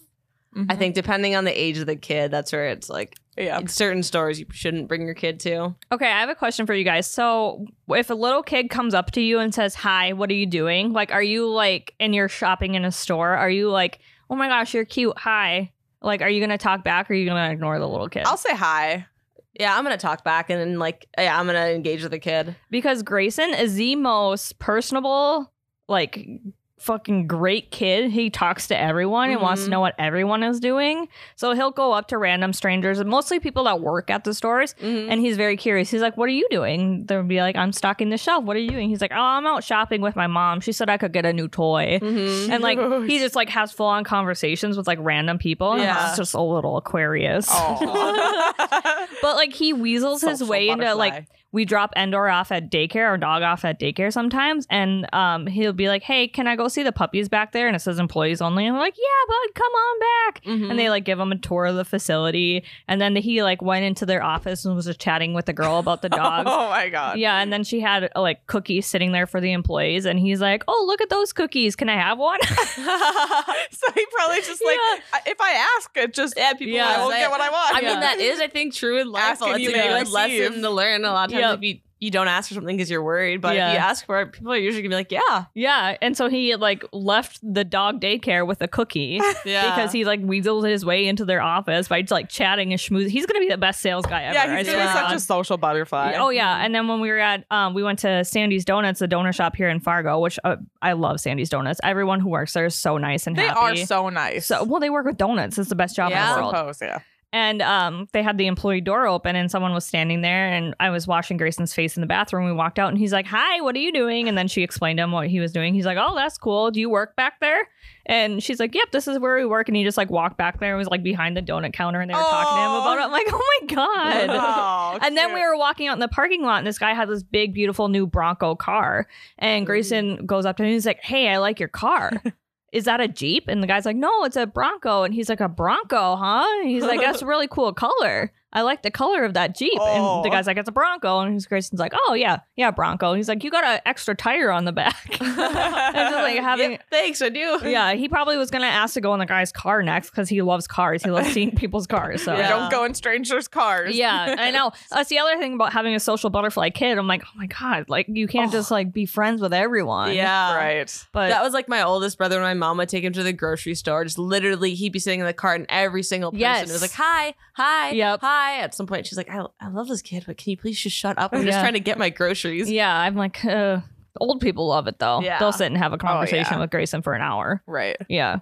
A: I
C: Mhm.
A: think depending on the age of the kid, that's where it's like
C: yeah.
A: in certain stores you shouldn't bring your kid to.
B: Okay, I have a question for you guys. So, if a little kid comes up to you and says, "Hi, what are you doing?" Like, are you like, and you're shopping in a store? Are you like, "Oh my gosh, you're cute. Hi." Like, are you gonna talk back or are you gonna ignore the little kid?
C: I'll say hi.
A: Yeah, I'm gonna talk back and then like yeah, I'm gonna engage with the kid.
B: because Grayson is the most personable, like fucking great kid. He talks to everyone and wants to
A: Mhm.
B: know what everyone is doing. So he'll go up to random strangers and mostly people that work at the stores.
C: Mm-hmm.
A: Mhm.
B: And he's very curious. He's like, What are you doing? They'll be like, I'm stocking the shelf. What are you doing? He's like, Oh, I'm out shopping with my mom. She said I could get a new toy.
C: Mm-hmm.
A: Mhm.
B: And like he just like has full on conversations with like random people. And
C: Yeah. Oh.
B: it's just a little Aquarius.
C: Aw.
B: But like he weasels his
C: Social
B: way into like
C: butterfly.
B: we drop Endor off at daycare, our dog off at daycare sometimes, and um he'll be like, Hey, can I go see the puppies back there? And it says employees only. And we're like, Yeah, bud, come on back.
C: Mm-hmm.
A: Mhm.
B: And they like give him a tour of the facility. And then he like went into their office and was just chatting with the girl about the dogs.
C: Oh my god.
B: Yeah, and then she had uh, like cookies sitting there for the employees, and he's like, "Oh, look at those cookies! Can I have one?"
C: so he probably just like I- if I ask, it just yeah, people
B: Yeah.
C: I will
A: say
C: get what I want.
A: I
B: Yeah.
A: mean, that is, I think, true in life.
C: Ask and
A: It's
C: you
A: a
B: may
A: good
C: receive.
A: lesson to learn. A lot of times,
B: Yep.
A: if you, you don't ask for something because you're worried, but
B: Yeah.
A: if you ask for it, people are usually gonna be like, "Yeah,
B: yeah, and so he like left the dog daycare with a cookie
A: yeah,"
B: because he like weaseled his way into their office by just like chatting and schmoozing. He's gonna be the best sales guy ever.
C: yeah, he's
B: I
C: gonna be
B: swear to
C: such
B: God.
C: a social butterfly.
B: Oh yeah, and then when we were at, um, we went to Sandy's Donuts, the donut shop here in Fargo, which uh, I love Sandy's Donuts. Everyone who works there is so nice and
C: they are
B: happy.
C: so nice.
B: so well, they work with donuts. It's the best job in
A: Yeah.
B: the
C: I
B: world.
C: suppose, yeah.
B: And um, they had the employee door open, and someone was standing there, and I was washing Grayson's face in the bathroom. We walked out, and he's like, "Hi, what are you doing?" And then she explained to him what he was doing. He's like, "Oh, that's cool. Do you work back there?" And she's like, "Yep, this is where we work." And he just like walked back there. It was like behind the donut counter, and they were talking to him
C: Oh.
B: about it. I'm like, "Oh my god."
C: Oh,
B: And then
C: cute.
B: we were walking out in the parking lot, and this guy had this big, beautiful new Bronco car. And Grayson goes up to him and he's like, Hey, I like your car. Is that a Jeep? And the guy's like, No, it's a Bronco. And he's like, A Bronco, huh? And he's like, That's a really cool color. I like the color of that Jeep. And the
C: Aw.
B: guy's like, It's a Bronco. And his Grayson's like, Oh, yeah, yeah, Bronco. And he's like, You got an extra tire on the back. And just like having.
A: Yep, thanks, I do.
B: Yeah, he probably was gonna ask to go in the guy's car next because he loves cars. He loves seeing people's cars. So
C: We
A: Yeah.
C: don't go in strangers' cars.
B: yeah, I know. That's the other thing about having a social butterfly kid. I'm like, oh my god, like you can't
A: Oh.
B: just like be friends with everyone.
A: Yeah.
C: Right.
B: but
A: that was like my oldest brother and my mom would take him to the grocery store. Just literally, he'd be sitting in the cart, and every single person
B: Yes.
A: was like, "Hi, hi,
B: Yep.
A: hi." At some point, she's like, "I, I love this kid, but can you please just shut up? I'm just
B: Yeah.
A: trying to get my groceries."
B: yeah, I'm like, uh, old people love it though.
A: Yeah. Oh,
B: They'll sit and have a conversation
C: yeah.
B: with Grayson for an hour.
C: Right.
B: Yeah,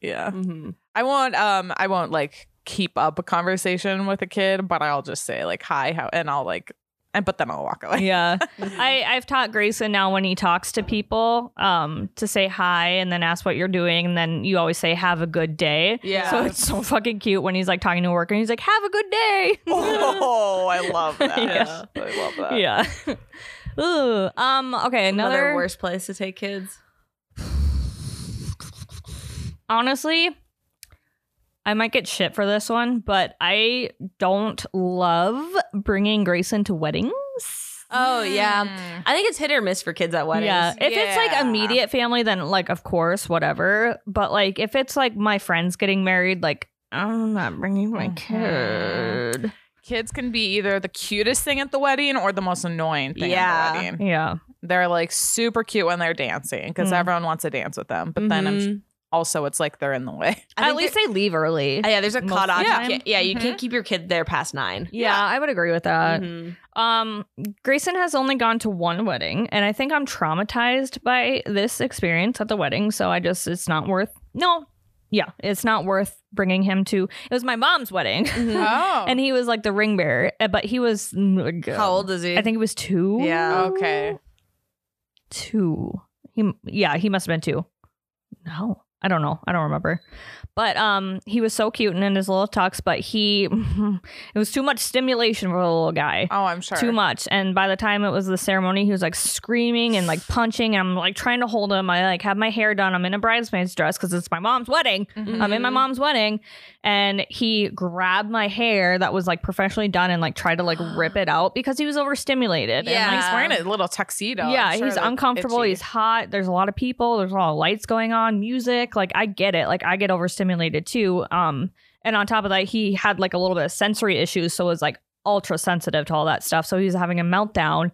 C: Yeah.
A: Mhm.
C: I won't um I won't like keep up a conversation with a kid, but I'll just say like hi, how and I'll like and but then I'll walk away.
B: yeah. I I've taught Grayson now when he talks to people, um, to say hi and then ask what you're doing, and then you always say have a good day.
A: Yeah.
B: So it's so fucking cute when he's like talking to work and he's like, have a good day.
C: Oh, I love that.
B: Yeah.
C: I love that.
B: yeah. Ooh. Um. Okay.
A: Another,
B: Another.
A: worst place to take kids.
B: honestly, I might get shit for this one, but I don't love bringing Grayson to weddings.
A: Oh yeah,
C: Mm.
A: I think it's hit or miss for kids at weddings.
B: Yeah. If it's like
C: Yeah.
B: immediate family, then like, of course, whatever. But like, if it's like my friends getting married, like, I'm not bringing my
C: Mhm.
B: kid.
C: Kids can be either the cutest thing at the wedding or the most annoying thing at
A: Yeah.
C: the wedding.
B: Yeah.
C: They're like super cute when they're dancing because
B: Mm.
C: everyone wants to dance with them. But then I'm
A: Mhm.
C: also it's like they're in the way.
A: I
B: Mm-hmm. At
A: think
B: least they leave early.
A: Oh, yeah, there's a
B: Most
A: cutoff.
B: of
A: You
B: the
A: can't-
B: time.
A: yeah, you
C: Mhm.
A: can't keep your kid there past 9
B: yeah, I would agree with that.
A: Mhm.
B: Um, Grayson has only gone to one wedding, and I think I'm traumatized by this experience at the wedding. So I just, it's not worth. No, yeah, it's not worth bringing him to. It was my mom's wedding,
A: Mm-hmm.
C: Oh.
B: and he was like the ring bearer, eh, but he was
A: How old is he?
B: I think Uh, it was two.
A: Yeah.
C: Okay.
B: two. He, yeah, he must have been two. No, I don't know. I don't remember. But um, he was so cute and in his little tux, but he, it was too much stimulation for the little guy
C: Oh, I'm sure.
B: too much. And by the time it was the ceremony, he was like screaming and like punching. And I'm like trying to hold him. I like have my hair done. I'm in a bridesmaid's dress because it's my mom's wedding.
C: Mhm.
B: I'm in my
A: Mhm.
B: mom's wedding. And he grabbed my hair that was like professionally done and like tried to like rip it out because he was overstimulated.
A: Yeah.
B: And,
C: He's
B: like,
C: wearing a little tuxedo.
B: yeah,
C: I'm sure
B: he's
C: that's
B: uncomfortable.
C: itchy.
B: He's hot. There's a lot of people. There's a lot of lights going on, music. Like I get it. Like I get overstimulated too. Um, and on top of that, he had like a little bit of sensory issues, so it was like ultra sensitive to all that stuff. So he was having a meltdown.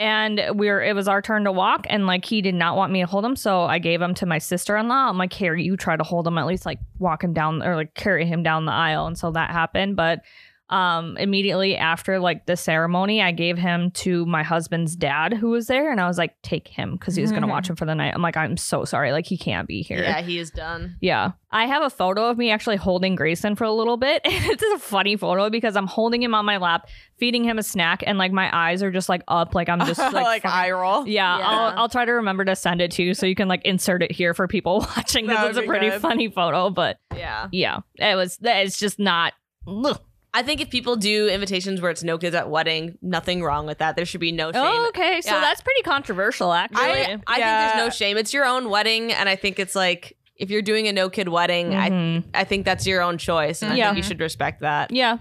B: And we are it was our turn to walk, and like he did not want me to hold him, so I gave him to my sister in law. I'm like, here, you try to hold him, at least like walk him down or like carry him down the aisle, and so that happened. But um immediately after like the ceremony i gave him to my husband's dad who was there and i was like take him because he was gonna watch him for the night i'm like i'm so sorry like he can't be here
A: Yeah, he is done.
B: Yeah. I have a photo of me actually holding Grayson for a little bit. it's a funny photo because I'm holding him on my lap, feeding him a snack, and like my eyes are just like up, like I'm just like,
C: like
B: fucking-
C: eye roll.
B: yeah,
A: Yeah.
B: I'll, I'll try to remember to send it to you so you can like insert it here for people watching
C: That
B: because it's
C: would
B: a
C: be
B: pretty
C: good.
B: funny photo. But
A: Yeah.
B: yeah, it was, it's just not. Ugh.
A: I think if people do invitations where it's no kids at wedding, nothing wrong with that. There should be no shame.
B: Oh, okay. So
A: Yeah.
B: that's pretty controversial, actually.
C: I-
A: I think
C: Yeah.
A: there's no shame. It's your own wedding, and I think it's like if you're doing a no kid wedding, I
B: Mhm.
A: I think that's your own choice, and I
B: Yeah.
A: think you should respect that.
B: yeah.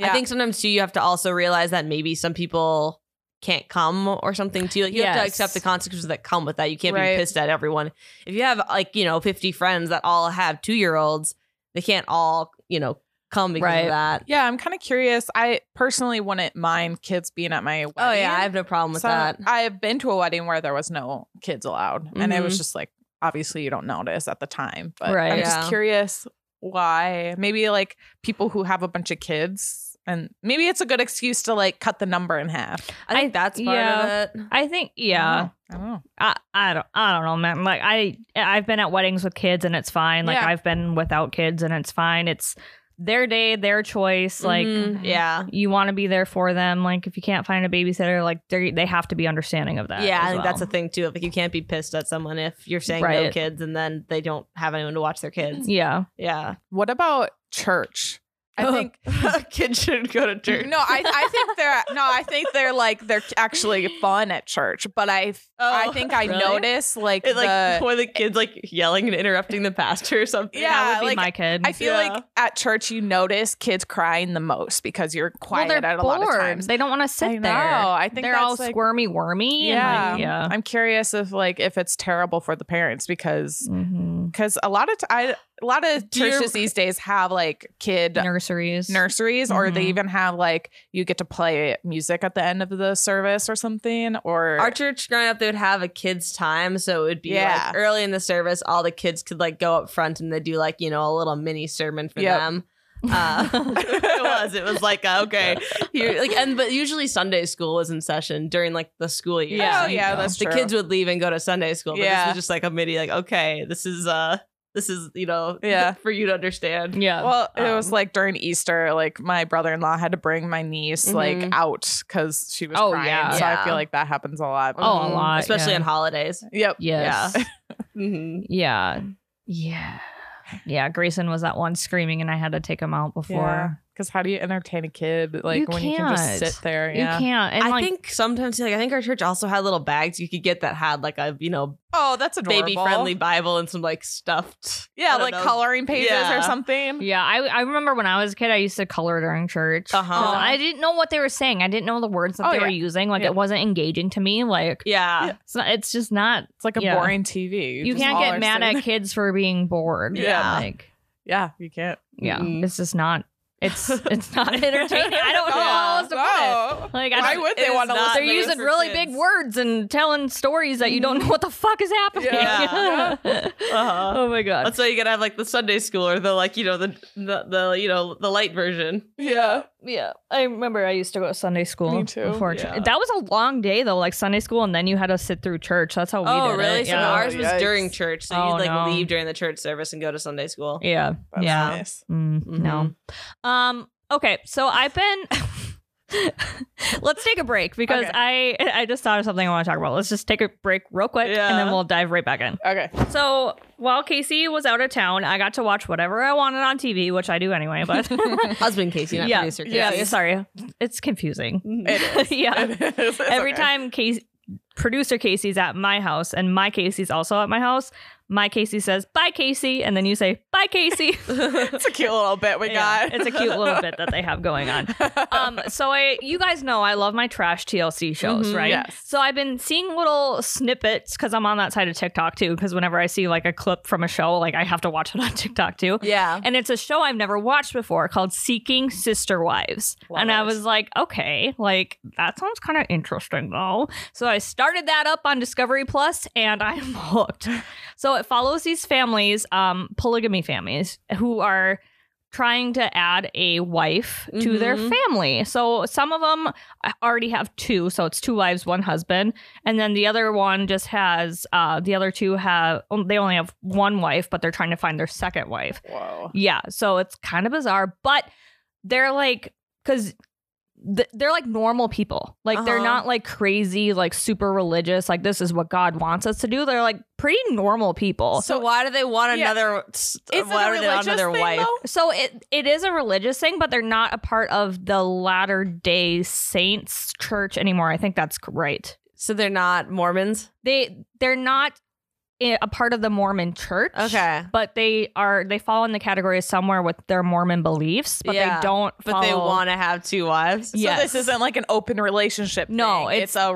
A: I think sometimes too you have to also realize that maybe some people can't come or something too. Like you have to
B: Yes.
A: accept the consequences that come with that. You can't
C: Right.
A: be pissed at everyone. If you have like, you know, 50 friends that all have 2-year-olds, they can't all, you know, come because
B: Right.
A: of that.
C: Yeah, I'm kind of curious. I personally wouldn't mind kids being at my wedding.
A: Oh yeah, I have no problem with
C: So,
A: that.
C: I've been to a wedding where there was no kids allowed, and
A: Mm-hmm.
C: it was just like obviously you don't notice at the time, but
B: Right.
C: I'm
A: Yeah.
C: just curious why. Maybe like people who have a bunch of kids, and maybe it's a good excuse to like cut the number in half.
A: I think
B: I-
A: that's part
B: yeah.
A: of it.
B: I think,
C: I
B: yeah.
C: don't know. I don't know.
B: I, I don't I don't know man like I I've been at weddings with kids and it's fine like
C: Yeah.
B: I've been without kids and it's fine it's their day their choice like
C: Mm-hmm.
A: Mhm. yeah.
B: you want to be there for them like if you can't find a babysitter like they they have to be understanding of that
A: Yeah, I
B: as
A: think
B: well.
A: that's a thing too. Like you can't be pissed at someone if you're saying no
B: Right.
A: kids and then they don't have anyone to watch their kids.
B: yeah
A: Yeah.
C: What about church? I think
A: kids Oh. should go to church.
C: No, I, I think they're no, I think they're like they're actually fun at church. But I I
A: Oh,
C: think I
B: really?
C: notice like,
A: It, like
C: the-
A: one of the kids like yelling and interrupting the pastor or something.
C: Yeah,
B: that would be
C: like,
B: my kid
C: I feel
A: Yeah.
C: like at church you notice kids crying the most because you're
B: well
C: quiet
B: they're
C: at a
B: bored
C: lot of times.
B: they don't want to sit
C: I know.
B: there
C: I think
B: they're
C: that's
B: all
C: like,
B: squirmy wormy
C: Yeah.
B: and, like, yeah
C: I'm curious if like if it's terrible for the parents because
B: Mhm.
C: because a lot of t- I, a lot of
A: Do your-
C: churches these days have like kid
B: nurseries
C: nurseries or they
B: Mhm.
C: even have like you get to play music at the end of the service or something or
A: Our church growing up, they would have a kids' time, so it would be
C: Yeah.
A: like early in the service. All the kids could like go up front and they do like you know a little mini sermon for
C: Yep.
A: them. Uh, it was. It was like uh, okay, here, like and but usually Sunday school was in session during like the school year.
B: Yeah.
C: oh yeah that's
A: the
C: true.
A: kids would leave and go to Sunday school. But
C: Yeah.
A: this was just like a mini like okay, this is uh this is you know
C: Yeah.
A: for you to understand.
B: yeah
C: Well, it was
A: Um,
C: like during Easter, like my brother in law had to bring my niece like
A: Mhm.
C: out because she was
B: Mm-hmm. Oh,
C: crying.
B: yeah.
C: So I
A: Yeah.
C: feel like that happens a lot. Mm-hmm.
B: Oh, a
A: Mhm.
B: lot,
A: especially
B: yeah.
A: on holidays.
C: Yep.
B: yes
A: Yeah. Mhm.
B: Yeah. Yeah. Yeah. Grayson was that one screaming, and I had to take him out before.
C: Because how do you entertain a kid like
B: You
C: when you can just
B: can't.
C: sit there? Yeah.
B: You can't. And
A: I
B: like,
A: think sometimes like I think our church also had little bags you could get that had like a you know
C: Oh, that's adorable.
A: baby friendly Bible and some like stuffed I
C: Yeah,
A: don't
C: like
A: know.
C: coloring pages or
A: Yeah.
C: something.
B: yeah, I, I remember when I was a kid, I used to color during church.
A: Uh-huh.
B: 'Cause I didn't know what they were saying. I didn't know the words that
C: Oh,
B: they were
C: yeah.
B: using. Like,
C: Yeah.
B: it wasn't engaging to me. Like,
A: Yeah.
C: Yeah.
B: it's, not, it's just not.
C: It's like a
B: Yeah.
C: boring TV.
B: You,
C: just
B: can't
C: all
B: get
C: are
B: mad
C: sitting
B: at kids for being bored.
C: Yeah. Mm-hmm.
B: Like,
C: Yeah, you can't.
B: yeah.
A: Mm-mm.
B: It's just not. It's it's not entertaining. I don't know how else to put
C: No.
B: it. Like, I
C: Why
B: don't-
C: would
A: it
C: they
A: is
C: want to
A: not-
C: listen?
B: they're
A: Maybe
B: using
A: for
B: really
A: kids. Mm-hmm.
B: big words and telling stories that you don't know what the fuck is happening.
C: Yeah.
A: Uh-huh.
B: oh my god.
A: That's why you gotta have like the Sunday school or the like you know the the, the you know the light version.
C: Yeah.
B: yeah, I remember I used to go to Sunday school.
C: Me too,
B: Before
A: yeah.
B: church. That was a long day though, like Sunday school, and then you had to sit through church. That's how we did it.
A: Oh, So
B: yeah.
C: no,
A: ours was
C: Yikes.
A: during church, so
B: Oh,
A: you'd like
B: no.
A: leave during the church service and go to Sunday school.
B: yeah.
C: That's
B: Yeah.
C: nice.
B: Mm, No.
A: Mm-hmm.
B: Um. Okay. So I've been. Let's take a break because I I just thought of something I want to talk about. Let's just take a break real quick, and then
A: Yeah.
B: we'll dive right back in.
C: Okay.
B: So while Casey was out of town, I got to watch whatever I wanted on TV, which I do anyway. But
A: Husband Casey, not
B: yeah,
A: producer Casey.
B: yeah, sorry, it's confusing.
C: It is.
B: yeah,
C: It is. It's
B: every
C: okay.
B: time Casey, producer Casey's at my house and my Casey's also at my house, my Casey says bye Casey, and then you say bye Casey.
C: It's a cute little bit we
B: Yeah,
C: got.
B: it's a cute little bit that they have going on. Um, so I, you guys know I love my trash TLC shows,
A: Mhm.
B: right?
C: Mm-hmm, Yes.
B: So I've been seeing little snippets because I'm on that side of TikTok too. Because whenever I see like a clip from a show, like I have to watch it on TikTok too.
A: Yeah.
B: And it's a show I've never watched before called Seeking Sister Wives.
C: Love
B: and I
C: it.
B: was like, okay, like that sounds kind of interesting though. So I started that up on Discovery Plus and I'm hooked. so it follows these families, um, polygamy families, who are trying to add a wife to their
C: Mm-hmm.
A: Mhm.
B: family. So some of them already have two, so it's two wives, one husband, and then the other one just has uh, the other two have they only have one wife, but they're trying to find their second wife.
C: Whoa.
B: Yeah, so it's kind of bizarre, but they're like cuz th- they're like normal people. Like they're
A: Uh-huh.
B: not like crazy, like super religious, like this is what God wants us to do. They're like pretty normal people.
A: So why do they want
C: Yeah.
A: another?
C: Is it
A: why
C: a
A: would they want
C: religious
A: another
C: thing,
A: wife?
C: though?
B: So it it is a religious thing, but they're not a part of the Latter Day Saints church anymore. I think that's c- right.
A: So they're not Mormons.
B: They they're not i- a part of the Mormon church.
A: Okay.
B: But they are they fall in the category somewhere with their Mormon beliefs, but
A: Yeah,
B: they don't
A: But they
B: follow-
A: want to have two wives.
C: So this isn't like an open relationship.
B: No,
C: thing.
B: it's-
C: it's, a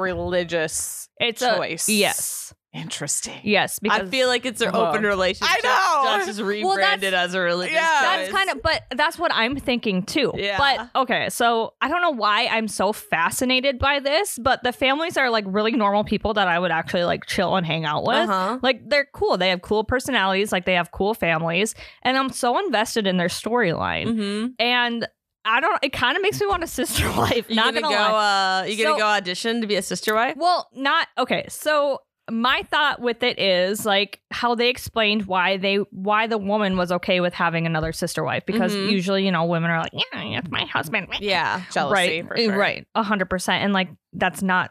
C: religious
B: it's
C: choice.
B: A, yes,
C: Interesting.
B: yes. Because
A: I feel like it's an
C: Whoa.
A: open relationship.
C: I know.
A: Josh is
B: Well, that's-
A: rebranded as a religious.
C: Yeah.
B: that's kind of, but that's what I'm thinking too.
A: Yeah.
B: But okay, so I don't know why I'm so fascinated by this, but the families are like really normal people that I would actually like chill and hang out with.
A: Uh-huh.
B: Like they're cool. They have cool personalities. Like they have cool families, and I'm so invested in their storyline.
A: Mm-hmm.
B: And I don't. It kind of makes me want a sister wife.
A: You
B: not
A: gonna,
B: gonna,
A: go?
B: lie.
A: Uh, you gonna
B: So-
A: go audition to be a sister wife?
B: Well, not okay. So my thought with it is like how they explained why they why the woman was okay with having another sister wife because
A: Mhm.
B: usually you know women are like yeah it's my husband
A: Yeah.
C: Jealousy
B: right eh,
C: for sure.
B: right a hundred percent and like that's not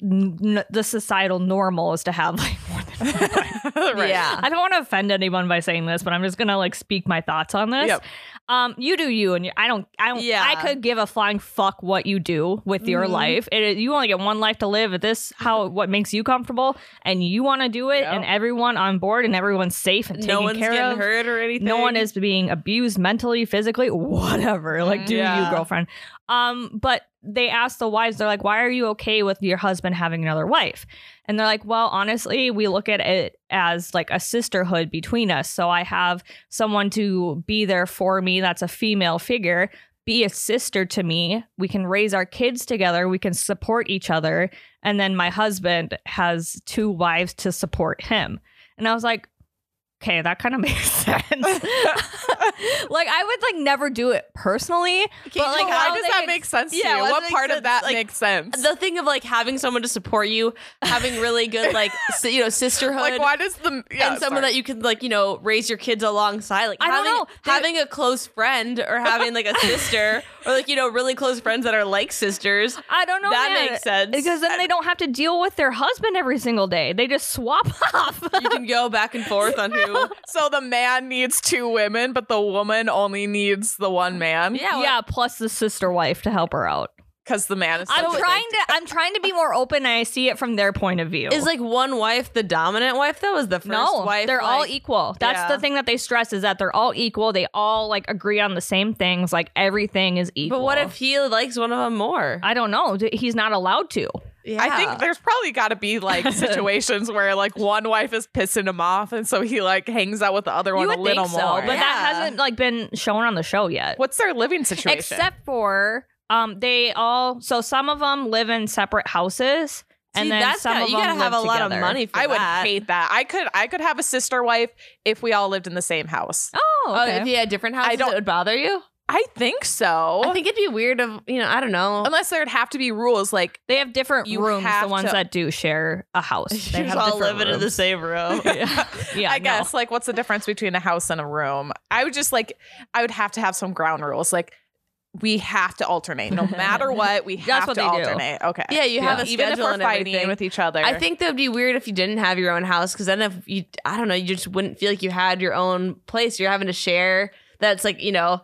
B: n- n- the societal normal is to have like more than one wife.
C: Right.
A: Yeah.
B: I don't want to offend anyone by saying this, but I'm just gonna like speak my thoughts on this.
C: Yep.
B: Um, you do you, and you, I don't. I don't.
A: Yeah.
B: I could give a flying fuck what you do with your
A: Mhm.
B: life. It, you only get one life to live. If this
A: Mm-hmm.
B: how what makes you comfortable, and you want to do it,
C: Yep.
B: and everyone on board, and everyone's safe and taken
A: No one's
B: care
A: getting
B: of.
A: hurt or anything.
B: No one is being abused mentally, physically, whatever. Like, do
C: Yeah.
B: you, girlfriend? Um, but they asked the wives, they're like, why are you okay with your husband having another wife? And they're like, well, honestly, we look at it as like a sisterhood between us. So I have someone to be there for me that's a female figure, be a sister to me. We can raise our kids together, we can support each other. And then my husband has two wives to support him. And I was like, okay, that kind of makes sense. like I would like never do it personally.
A: Can
B: but,
A: you
B: like,
A: tell
B: how
C: why does
B: they
C: that
B: ex-
C: make sense to
A: Yeah,
C: you?
A: why does
C: What
A: it make
C: part
A: sense?
C: of that
A: Like,
C: makes sense?
A: the thing of like having someone to support you, having really good like si- you know sisterhood,
C: like, why does the yeah,
A: and someone
C: sorry.
A: that you can like you know raise your kids alongside. Like
B: I don't
A: having
B: know. They-
A: having a close friend or having like a sister or like you know really close friends that are like sisters.
B: I don't know.
A: that
B: man.
A: makes sense
B: Because then they don't have to deal with their husband every single day. They just swap off.
A: you can go back and forth on who.
C: so the man needs two women, but the woman only needs the one man.
A: Yeah, well-
B: yeah, plus the sister wife to help her out.
C: because the man is.
B: I'm
C: such a
B: trying to
C: big-
B: I'm trying to be more open and I see it from their point of view.
A: Is like one wife the dominant wife? That was the first
B: no,
A: wife.
B: they're all
A: like-
B: equal. That's
A: Yeah.
B: the thing that they stress is that they're all equal. They all like agree on the same things. Like everything is equal.
A: But what if he likes one of them more?
B: I don't know? D- He's not allowed to.
A: yeah.
C: I think there's probably got to be like situations where like one wife is pissing him off, and so he like hangs out with the other one
B: you would
C: a little
B: think
C: more.
B: so, but
A: Yeah.
B: that hasn't like been shown on the show yet.
C: What's their living situation?
B: Except for um, they all so some of them live in separate houses, and
A: See,
B: then
A: that's
B: some
A: gotta-
B: of
A: you
B: them
A: gotta have a
B: live
A: lot of
B: together.
A: money for
C: I would
A: that.
C: hate that. I could I could have a sister wife if we all lived in the same house.
B: Oh,
A: Oh,
B: okay.
A: if you had different houses,
C: I don't-
A: it would bother you.
C: I think so.
A: I think it'd be weird. Of you know, I don't know.
C: unless there'd have to be rules like
B: they have different
C: You
B: rooms. The
C: have
B: ones
C: to-
B: that do share a house, they
A: You're
B: have
A: all
B: different
A: living in the
B: rooms.
A: same room.
B: yeah, yeah
C: I
B: no.
C: guess like what's the difference between a house and a room? I would just like I would have to have some ground rules like we have to alternate no matter what. We have
B: That's what
C: to
B: they do.
C: alternate. Okay.
A: Yeah, you have a
C: even if
A: schedule
C: we're
A: and
C: fighting
A: everything.
C: with each other.
A: I think that would be weird if you didn't have your own house because then if you, I don't know, you just wouldn't feel like you had your own place. You're having to share. That's like you know,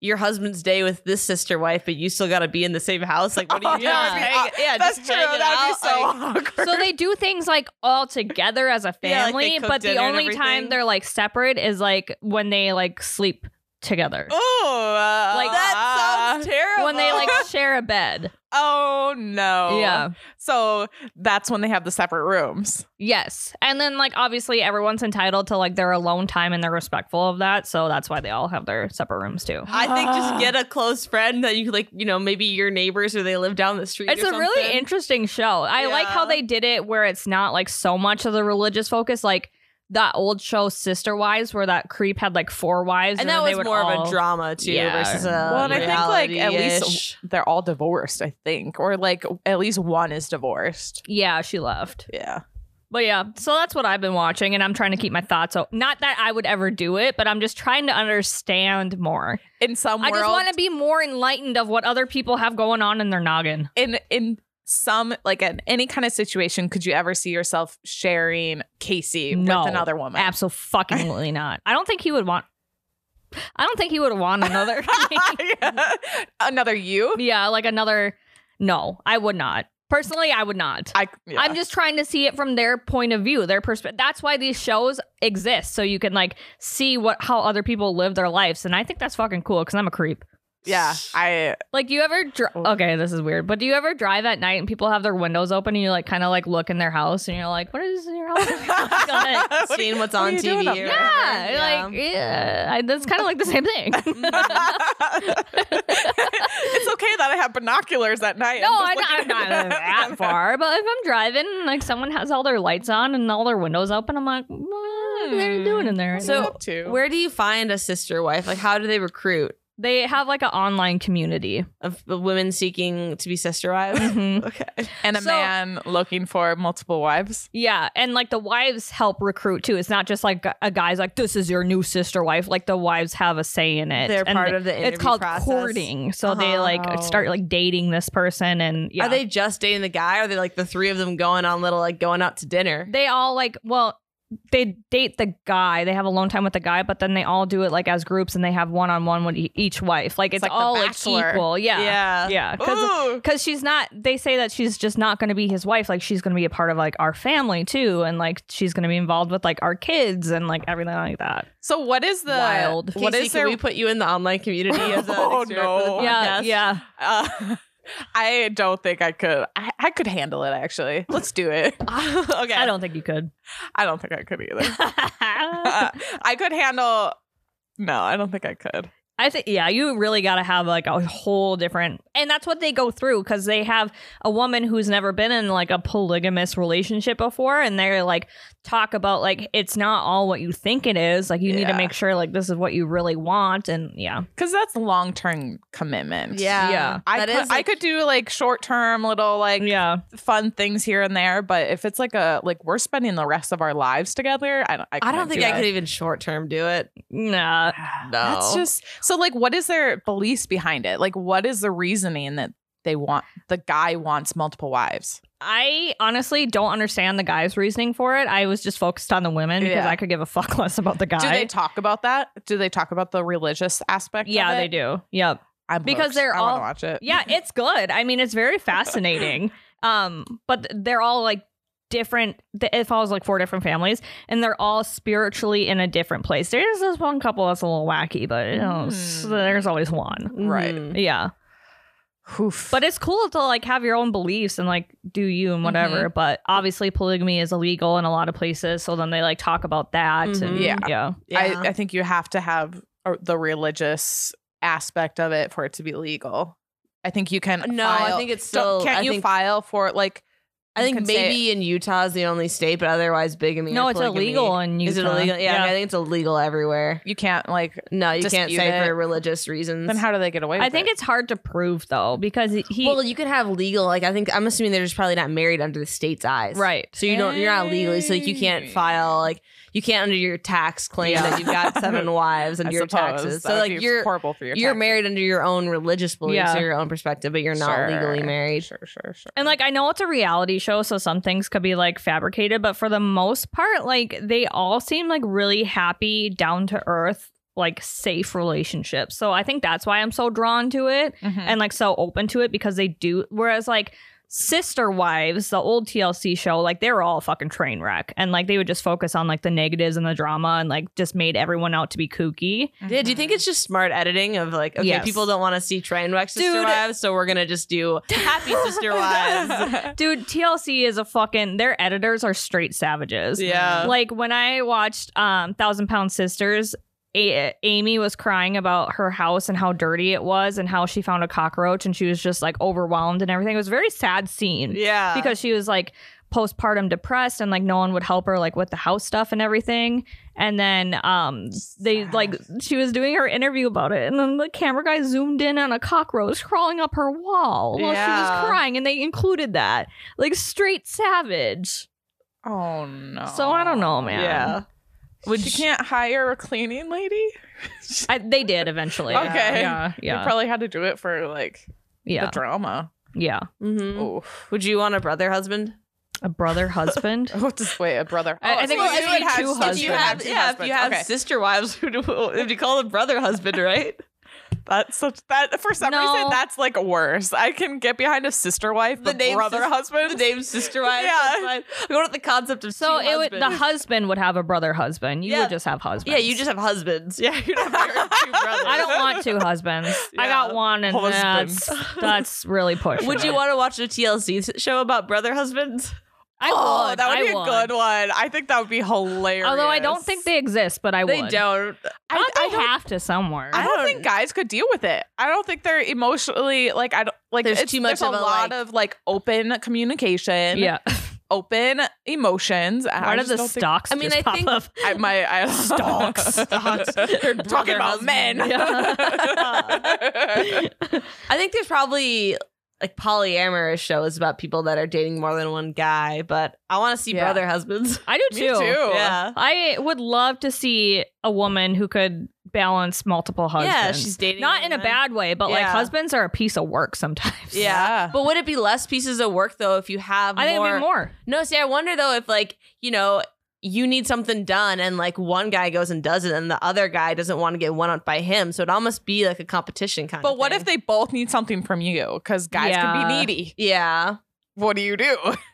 A: your husband's day with this sister wife, but you still got to be in the same house. Like what do you
C: Oh,
A: do?
C: that
A: Just
C: would be
A: hang-
C: aw-
A: yeah,
C: that's
A: just
C: true.
A: hang it
C: That'd be so
A: out, like-
C: awkward.
B: So they do things like all together as a
A: Yeah, like they
B: family,
A: cook
B: but the
A: dinner and
B: only time
A: everything.
B: they're like separate is like when they like sleep together.
C: oh, uh,
B: Like-
A: that
C: uh,
A: sounds terrible.
B: When they like share a bed.
C: Oh no.
B: Yeah.
C: So that's when they have the separate rooms.
B: Yes. And then like obviously everyone's entitled to like their alone time and they're respectful of that. So that's why they all have their separate rooms too.
A: I think just get a close friend that you could, like, you know, maybe your neighbors or they live down the street.
B: It's
A: or
B: a really
A: something.
B: interesting show. I like how
A: Yeah.
B: they did it where it's not like so much of the religious focus. Like that old show Sister Wives where that creep had like four wives,
A: and
B: then
A: that
B: they
A: was
B: would
A: more of
B: all-
A: a drama too
B: Yeah.
A: versus a
B: Well,
C: Well, and I think like at
A: reality-ish.
C: least they're all divorced, I think, or like at least one is divorced.
B: Yeah, she left.
C: Yeah.
B: But yeah, so that's what I've been watching, and I'm trying to keep my thoughts. So not that I would ever do it, but I'm just trying to understand more.
C: In some
B: I just
C: world-
B: want to be more enlightened of what other people have going on in their noggin.
C: in in some like in any kind of situation could you ever see yourself sharing Casey
B: No.
C: with another woman?
B: Absolutely not. I don't think he would want. I don't think he would want another.
C: another you?
B: yeah, like another. No, I would not. Personally, I would not.
C: I yeah.
B: I'm just trying to see it from their point of view, their perspective. That's why these shows exist, so you can like see what how other people live their lives, and I think that's fucking cool because I'm a creep.
C: yeah, I
B: Like, do you ever? Dri-
C: Oh.
B: okay, this is weird, but do you ever drive at night and people have their windows open and you like kind of like look in their house and you're like, what is in your house? Like,
C: What are you-
A: seeing what's
C: what are
A: on
C: you
A: TV.
C: doing up
A: or
C: there?
B: yeah,
A: whatever.
B: like yeah, I, that's kind of like the same thing.
C: it's okay that I have binoculars at night.
B: No,
C: just
B: I'm not, I'm
C: looking
B: not
C: at-
B: that far. But if I'm driving, and, like someone has all their lights on and all their windows open, I'm like, what are they
C: Hmm.
B: doing in there?
A: So,
C: Up to.
A: Where do you find a sister wife? Like, how do they recruit
B: they have like an online community.
A: of of women seeking to be sister wives?
B: Mhm.
A: okay.
C: and a
B: so-
C: man looking for multiple wives.
B: yeah, and like the wives help recruit too. It's not just like a guy's like this is your new sister wife. Like the wives have a say in it.
A: They're
B: And
A: part
B: they-
A: of the interview
B: It's called
A: process.
B: courting. So they like
C: Oh.
B: start like dating this person, and yeah,
A: Are they just dating the guy? Or are they like the three of them going on little like going out to dinner?
B: they all like well they date the guy they have alone time with the guy but then they all do it like as groups and they have one-on-one with e- each wife like it's,
C: It's like The
B: all like
C: Bachelor.
B: equal yeah
A: Yeah.
B: yeah because
C: Ooh.
B: she's not they say that she's just not going to be his wife like she's going to be a part of like our family too and like she's going to be involved with like our kids and like everything like that
C: So what is the
B: Wild.
C: What
A: Casey,
C: is
A: can
C: their
A: we put you in the online community as a
C: Oh, no.
B: yeah yeah
C: Uh, I don't think I could. I, I could handle it actually. Let's do it.
A: okay.
B: i don't think you could
C: I don't think I could either. Uh, I could handle. No, I don't think I could.
B: I think yeah, you really got to have like a whole different, and that's what they go through because they have a woman who's never been in like a polygamous relationship before, and they're like talk about like it's not all what you think it is. Like you need to
C: Yeah.
B: make sure like this is what you really want, and yeah,
C: Because that's long term commitment.
A: Yeah.
B: Yeah.
C: I
A: That
C: could,
A: is,
C: I
A: like-
C: could do like short term little like
B: yeah,
C: fun things here and there, but if it's like a like we're spending the rest of our lives together, I don't. I,
A: I don't
C: couldn't
A: think
C: do
A: I could
C: it.
A: even short term do it.
B: nah.
A: No.
C: That's just so like what is their beliefs behind it? Like what is the reasoning that they want the guy wants multiple wives?
B: I honestly don't understand the guy's reasoning for it. I was just focused on the women because
C: Yeah.
B: I could give a fuck less about the guy.
C: Do they talk about that? Do they talk about the religious aspect? of
B: yeah,
C: it?
B: they do. Yep.
C: I'm
B: Because
C: hooked.
B: they're
C: I wanna
B: all-
C: watch it.
B: yeah it's good i mean it's very fascinating um but th- they're all like different th- it follows like four different families and they're all spiritually in a different place there's this one couple that's a little wacky but you know, s-
A: Hmm.
C: Mm.
B: there's always one
C: Right.
A: Mhm.
B: yeah
C: Oof.
B: but it's cool to like have your own beliefs and like do you and
A: Mm-hmm.
B: whatever but obviously polygamy is illegal in a lot of places so then they like talk about that and
A: Mhm.
B: yeah
C: Yeah.
B: yeah
A: Yeah.
C: I, I think you have to have a, the religious aspect of it for it to be legal. I think you can.
A: no, I
C: file-
A: think it's
C: Don't-
A: still.
C: can't
A: I
C: you
A: think,
C: file for it? Like
A: I
C: you
A: think
C: can say-
A: maybe in Utah is the only state, but otherwise bigamy. or
B: no it's
A: polygamy-
B: illegal in Utah.
A: Is it illegal? Yeah, I think it's illegal everywhere.
C: you can't like.
A: No, you can't
C: Dispute
A: say
C: it.
A: for religious reasons.
C: Then how do they get away?
B: I
C: with
B: think
C: it?
B: it's hard to prove though because he
A: well, you could have legal. Like I think I'm assuming they're just probably not married under the state's eyes,
B: right
A: So you don't. You're not legally. So like you can't
C: Hey.
A: file. Like you can't under your tax claim
C: Yeah.
A: that you've got seven wives
C: I
A: under your
C: suppose
A: taxes.
C: that
A: So
C: would
A: like
C: be
A: you're
C: horrible for your.
A: you're
C: taxes.
A: married under your own religious beliefs
B: Yeah.
A: or your own perspective, but you're not
C: Sure.
A: legally married.
C: Sure, sure, sure.
B: And like I know it's a reality show, so some things could be like fabricated, but for the most part, like they all seem like really happy, down to earth, like safe relationships. So I think that's why I'm so drawn to it
C: Mhm.
B: and like so open to it because they do whereas like Sister Wives, the old TLC show, like they were all a fucking train wreck. And like they would just focus on like the negatives and the drama and like just made everyone out to be kooky.
A: Yeah, do you think it's just smart editing of like, okay,
B: Mm-hmm. Yes.
A: people don't want to see train wreck sister
B: Dude.
A: wives, so we're gonna just do happy sister wives.
B: Dude, TLC is a fucking their editors are straight savages.
C: yeah.
B: like when I watched um Thousand Pound Sisters, a- Amy was crying about her house and how dirty it was and how she found a cockroach and she was just like overwhelmed and everything. It was a very sad scene
A: Yeah,
B: because she was like postpartum depressed and like no one would help her like with the house stuff and everything and then um they like she was doing her interview about it and then the camera guy zoomed in on a cockroach crawling up her wall while she
C: Yeah.
B: was crying and they included that like straight savage
C: Oh no.
B: so i don't know man
A: Yeah.
C: Would she can't hire a cleaning lady?
B: I, they did eventually
C: Okay.
B: yeah yeah
C: You probably had to do it for like
B: yeah
C: the drama.
B: yeah
A: Mhm.
C: Oh,
B: Mm-hmm.
A: Would you want a brother husband?
B: a brother husband
C: oh, just wait, a brother.
B: I-
C: Oh,
B: I think
C: so
B: it
C: you
B: would
C: would
B: be
C: have-
B: two
C: if you
B: husbands.
C: have two
A: yeah, if you
C: husbands.
A: have
C: Okay.
A: sister wives, who do if you call them brother husband, right?
C: That's such that for some
B: No.
C: reason that's like worse. I can get behind a sister wife,
A: The
C: but
A: name
C: brother
A: sis-
C: husband.
A: The name sister wives.
C: Yeah.
A: that's fine. I'm going with the concept of
B: so
A: two
B: it would the
A: husbands.
B: husband would have a brother husband you
A: Yeah.
B: would just have husbands
A: yeah, you just have husbands. Yeah, you're not married to two brothers.
B: I don't want two husbands. I
A: Yeah.
B: got one, and
C: Husbands.
B: that's that's really pushing.
A: Would you
B: it.
A: want to watch a TLC show about brother husbands?
B: I
C: oh,
B: would.
C: that would
B: I
C: be a good one. I think that would be hilarious.
B: Although I don't think they exist, but I
A: They
B: would.
A: don't.
B: I,
C: I, I
B: they
C: don't,
B: have to somewhere.
C: I don't
A: I
C: think
A: don't-
C: guys could deal with it. I don't think they're emotionally like I don't like
A: There's
C: it's,
A: too much
C: there's a,
A: of a,
C: lot
A: like-
C: of like open communication,
B: yeah.
C: open emotions. and
B: Why
C: I
B: did
C: just
B: the
C: don't think-
B: stocks
A: I mean,
B: just
A: I
B: pop
A: think-
B: up?
C: I, my I
B: Stocks. Stocks.
C: They're
A: brother
C: talking about men.
A: husband. I think there's probably like polyamorous shows about people that are dating more than one guy, but I want to see
C: Yeah.
A: brother husbands.
B: I do
C: Me
B: too.
C: too.
A: Yeah.
B: I would love to see a woman who could balance multiple husbands.
A: Yeah, she's dating.
B: not in a
A: them.
B: bad way, but like
A: Yeah.
B: husbands are a piece of work sometimes.
A: Yeah. But would it be less pieces of work though if you have
B: I think
A: more,
B: it'd be more.
A: No, see, I wonder though if like, you know, you need something done and like one guy goes and does it and the other guy doesn't want to get one up by him. So it'd almost be like a competition kind of
C: But what if they both need something from you? Because guys can be
B: Yeah.
C: needy.
A: Yeah.
C: What do you do?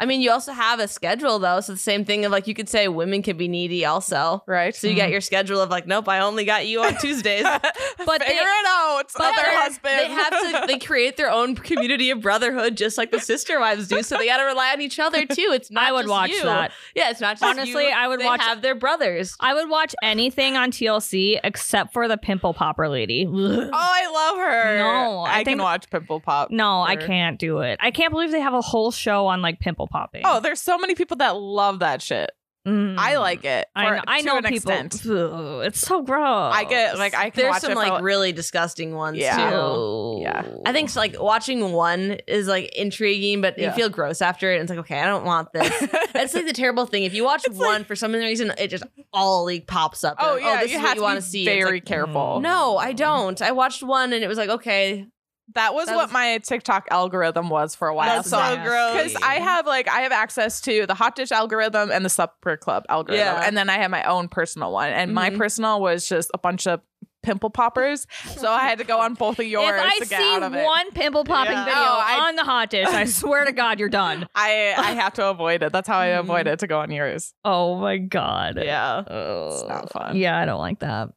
A: I mean, you also have a schedule though. So the same thing of like you could say women can be needy also.
C: Right.
A: So you got your schedule of like, nope, I only got you on Tuesdays.
C: but
B: But
C: figure
B: they-
C: it out.
A: But
C: other
A: they're-
C: husband.
A: They have to. They create their own community of brotherhood, just like the sister wives do. So they got to rely on each other too. It's not.
B: I would
A: just
B: watch
A: you.
B: that.
A: Yeah, it's not. Just
B: Honestly,
A: you.
B: I would
A: They
B: watch-
A: Have their brothers.
B: I would watch anything on TLC except for the pimple popper lady.
C: oh, I love her.
B: No,
C: I,
B: I
C: can
B: think-
C: watch Pimple Pop.
B: No, I
C: Sure.
B: can't do it. I can't believe they have a whole show on like pimple popping.
C: Oh, there's so many people that love that shit.
B: Mm.
C: I like it.
B: I
C: for-
B: know, I
C: to
B: know
C: an
B: people.
C: extent.
B: Ugh, it's so gross.
C: I get like I can
A: There's
C: watch
A: some
C: it for,
A: like really disgusting ones
C: Yeah.
A: too.
B: Yeah.
A: I think like watching one is like intriguing, but
C: Yeah.
A: you feel gross after it. And it's like, okay, I don't want this. That's like the terrible thing. If you watch
C: It's like-
A: one for some reason, it just all like pops up.
C: oh
A: Like,
C: yeah,
A: this
C: you
A: is
C: have
A: what you
C: to
A: want
C: be
A: to see. It's
C: very
A: like,
C: careful.
B: mm.
A: no, I don't. I watched one and it was like, okay,
C: that was
A: That
C: what
A: was-
C: my TikTok algorithm was for a while.
A: That's
C: so
A: so gross.
B: Oh,
C: because I have like I have access to the hot dish algorithm and the supper club algorithm,
A: Yeah.
C: and then I have my own personal one, and my
B: Mm-hmm.
A: Mhm.
C: personal was just a bunch of pimple poppers. so I had to go on both of yours
B: if I
C: to get
B: see
C: out of it.
B: one pimple popping
A: Yeah.
B: video
C: No, I-
B: on the hot dish, I swear to God, you're done.
C: I I have to avoid it. That's how I
B: Mm-hmm.
A: Mhm.
C: avoid it to go on yours.
B: Oh my God.
C: Yeah,
B: Ugh.
C: It's not fun.
B: Yeah, I don't like that.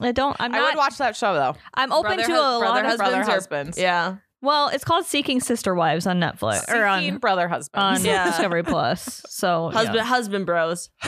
B: I don't. I'm
C: I
B: not.
C: would watch that show though.
B: I'm open
A: Brother
B: to a lot
A: hus- brother
B: of.
A: husband.
C: Brother
A: Husbands are-
C: husbands,
A: yeah.
B: Well, it's called Seeking Sister Wives on Netflix or
C: Seeking
B: on
C: brother husbands.
B: on
A: Yeah.
B: Discovery Plus.
C: Oh,
B: So yeah.
A: Husband, husband bros.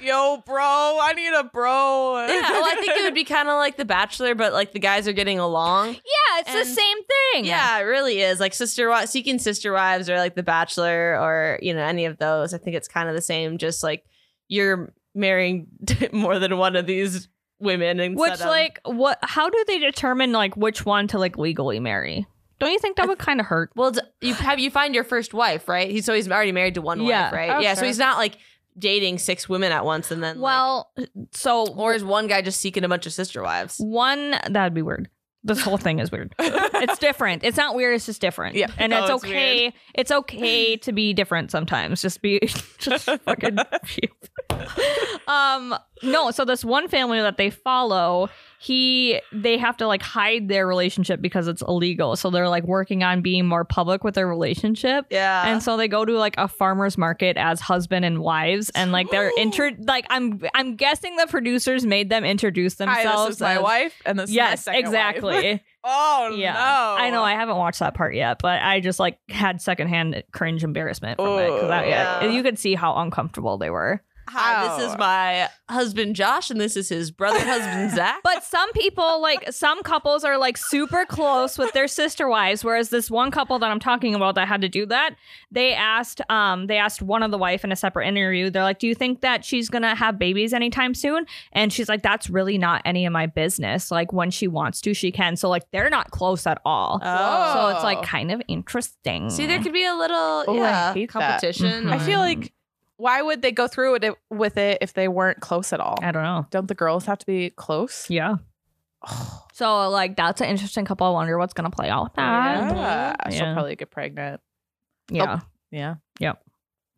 C: Yo, bro, I need a bro.
A: Yeah, well, I think it would be kind of like The Bachelor, but like the guys are getting along.
B: Yeah, it's
A: And-
B: the same thing.
A: Yeah, it really is. Like sister wives, seeking sister wives, or like The Bachelor, or you know any of those. I think it's kind of the same. Just like you're marrying more than one of these women, and
B: Which
A: set 'em.
B: like what how do they determine like which one to like legally marry? Don't you think that would kind of hurt?
A: well, d- you have you find your first wife, right? He's so he's already married to one
B: Yeah.
A: wife, right?
C: Oh,
A: yeah, so
C: sure.
A: he's not like dating six women at once, and then like-
B: Well, so
A: or is one guy just seeking a bunch of sister wives?
B: one that'd be weird. This whole thing is weird. it's different. It's not weird, it's just different.
C: Yeah.
B: And
C: No,
B: it's
C: it's
B: okay. It's okay to be different sometimes. Just be just fucking um no, so this one family that they follow, he they have to like hide their relationship because it's illegal. So they're like working on being more public with their relationship.
A: Yeah,
B: and so they go to like a farmer's market as husband and wives and like they're intro like i'm i'm guessing the producers made them introduce themselves
C: Hi, this is my
B: as-
C: wife, and this is
B: yes
C: my second wife.
B: exactly
C: Oh
B: yeah
C: no!
B: i know i haven't watched that part yet but i just like had secondhand cringe embarrassment from it 'cause
C: Ooh,
B: I-
A: yeah.
B: you could see how uncomfortable they were
A: Hi, this is my husband Josh, and this is his brother husband Zach.
B: But some people, like some couples, are like super close with their sister wives. Whereas this one couple that I'm talking about that had to do that, they asked, um, they asked one of the wife in a separate interview. They're like, "Do you think that she's gonna have babies anytime soon?" And she's like, "That's really not any of my business. Like when she wants to, she can." So like they're not close at all.
C: Oh.
B: So it's like kind of interesting.
A: see, there could be a little
C: Oh, I
A: yeah
C: hate that.
A: competition.
B: Mhm.
C: I feel like why would they go through it with it if they weren't close at all?
B: I don't know.
C: Don't the girls have to be close? Oh,
B: Yeah. So like that's an interesting couple. I wonder what's gonna play out. with that.
C: Yeah, she'll
B: Yeah.
C: probably get pregnant.
B: Yeah.
C: Yeah.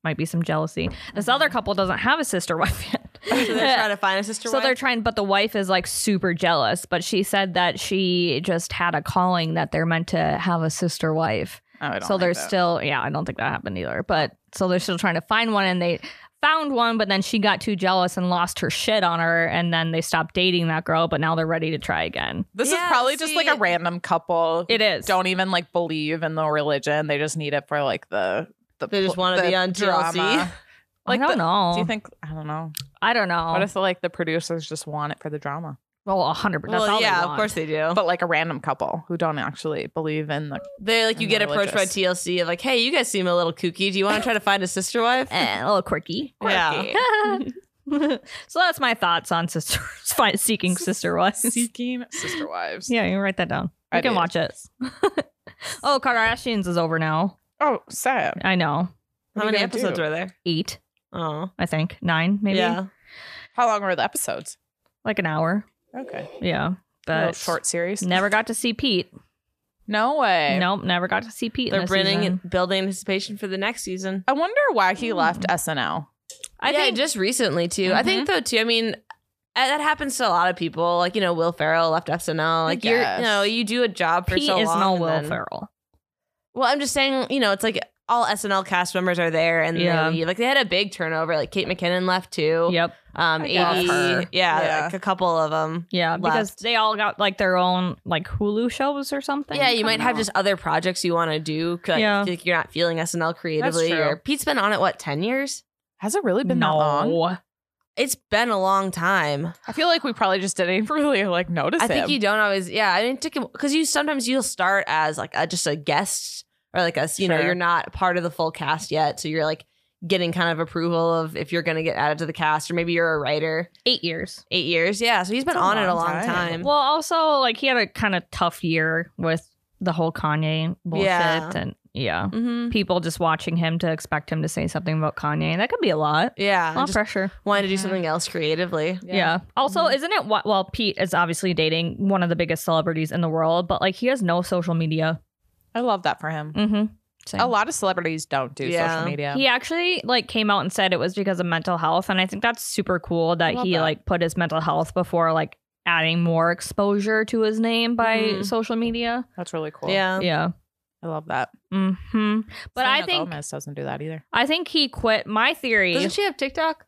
B: might be some jealousy. This other couple doesn't have a sister wife yet.
A: so they're trying to find a sister.
B: So they're trying, but the wife is like super jealous. But she said that she just had a calling that they're meant to have a sister wife.
C: Oh, I don't
B: So
C: like
B: they're
C: that.
B: still, yeah, I don't think that happened either. But so they're still trying to find one and they found one, but then she got too jealous and lost her shit on her. And then they stopped dating that girl, but now they're ready to try again.
C: This
A: Yeah,
C: is probably just like
A: see-
C: a random couple.
B: It is.
C: don't even like believe in the religion. They just need it for like the. the
A: They just
C: pl-
A: wanna
C: the
A: be on TLC.
C: drama.
B: I don't
C: the-
B: know.
C: Do you think I don't know?
B: I don't know.
C: What if the, like the producers just want it for the drama?
B: well, 100%. That's
A: well,
B: all they
A: yeah, of
B: want.
A: course they do.
C: But like a random couple who don't actually believe in the
A: They're like, you
C: I'm
A: get
C: not
A: approached by
C: religious.
A: TLC of like, hey, you guys seem a little kooky. Do you want to try to find a sister wife?
B: Eh, a little quirky.
A: Yeah.
B: so that's my thoughts on sisters find seeking sister wives.
C: seeking sister wives.
B: Yeah, you can write that down. I
C: I
B: can
C: did.
B: watch it. oh, Kardashians is over now.
C: Oh, sad.
B: I know.
A: How
C: What are you
A: many
C: gonna
A: episodes
C: do?
A: were there?
B: Eight,
A: Oh,
B: I think. Nine, maybe.
A: yeah.
C: How long were the episodes?
B: Like an hour.
C: Okay,
B: Yeah.
C: A little
B: But
C: short series.
B: never got to see Pete.
C: No way.
B: Nope, never got to see Pete. in
A: They're
B: this
A: bringing
B: season.
A: building anticipation for the next season.
C: I wonder why he left SNL.
B: I
A: yeah,
B: think
A: just recently too. I think though too. I mean, a- that happens to a lot of people. Like you know, Will Ferrell left SNL. Like you're, you
C: guess.
A: know, you do a job for
B: Pete
A: so
B: is
A: long.
B: no
A: and
B: Will
A: then-
B: Ferrell.
A: Well, I'm just saying. You know, it's like all SNL cast members are there and
B: Yeah.
A: they leave. Like they had a big turnover. Like Kate McKinnon left too.
B: Yep.
A: Um,
C: I
A: AD, yeah,
C: guess. Her. Yeah.
A: like a couple of them.
B: Yeah. Because
A: Left.
B: they all got like their own like Hulu shows or something.
A: yeah, you might have
C: out.
A: just other projects you want to do. 'cause, Like,
B: Yeah.
A: yeah. like you're not feeling SNL creatively.
C: true.
A: Or Pete's been on it what ten years?
C: Has it really been that long?
B: no.
A: It's been a long time.
C: I feel like we probably just didn't even really like notice
A: I think
C: him.
A: you don't always. Yeah, I mean, because you sometimes you'll start as like a, just a guest or like a you know
C: Sure.
A: you're not part of the full cast yet, so you're like getting kind of approval of if you're going to get added to the cast or maybe you're a writer.
B: Eight years.
A: Eight years, yeah. So he's been
C: That's a
A: on it a
C: long
A: long
C: time.
A: time.
B: Well, also like he had a kind of tough year with the whole Kanye bullshit
A: Yeah.
B: and yeah,
A: hmm
B: people just watching him to expect him to say something about Kanye. That could be a lot.
A: Yeah,
B: A
A: I
B: lot of
A: just
B: pressure.
A: wanted to do something else creatively.
B: Yeah. Also, isn't it wh- well? Pete is obviously dating one of the biggest celebrities in the world, but like he has no social media.
C: I love that for him.
B: Mm-hmm.
C: A lot of celebrities don't do
A: Yeah.
C: social media.
B: He actually like came out and said it was because of mental health, and I think that's super cool that
C: love
B: he
C: that.
B: like put his mental health before like adding more exposure to his name by
A: Mhm.
B: social media.
C: That's really cool.
A: Yeah.
B: Yeah.
C: I love that.
B: Hmm. But I
C: Selena
B: think
C: Gomez doesn't do that either.
B: I think he quit. My theory.
A: Doesn't she have TikTok?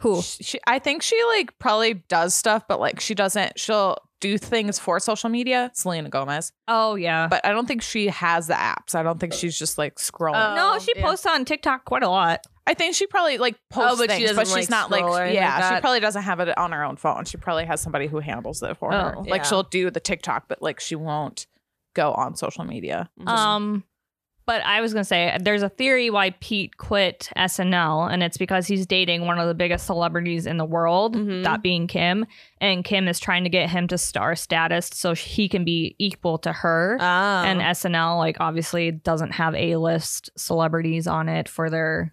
B: Who?
C: She, she- I think she like probably does stuff, but like she doesn't. She'll do things for social media. Selena Gomez,
B: Oh yeah.
C: but I don't think she has the apps. I don't think she's just like scrolling.
A: Oh,
B: no, she
A: yeah.
B: posts on TikTok quite a lot.
C: I think she probably like posts
A: Oh, but she
C: things, but
A: doesn't,
C: she's
A: like,
C: not
A: scroll or
C: like
A: anything
C: yeah.
A: like
C: She
A: that?
C: probably doesn't have it on her own phone. She probably has somebody who handles it for her.
B: Oh,
C: Like
A: yeah.
C: she'll do the TikTok, but like she won't go on social media.
A: Mm-hmm.
B: Um, but I was gonna say there's a theory why Pete quit SNL, and it's because he's dating one of the biggest celebrities in the world,
A: Mhm.
B: that being Kim, and Kim is trying to get him to star status so sh- he can be equal to her.
A: Ah.
B: and SNL, like, obviously doesn't have A list celebrities on it for their.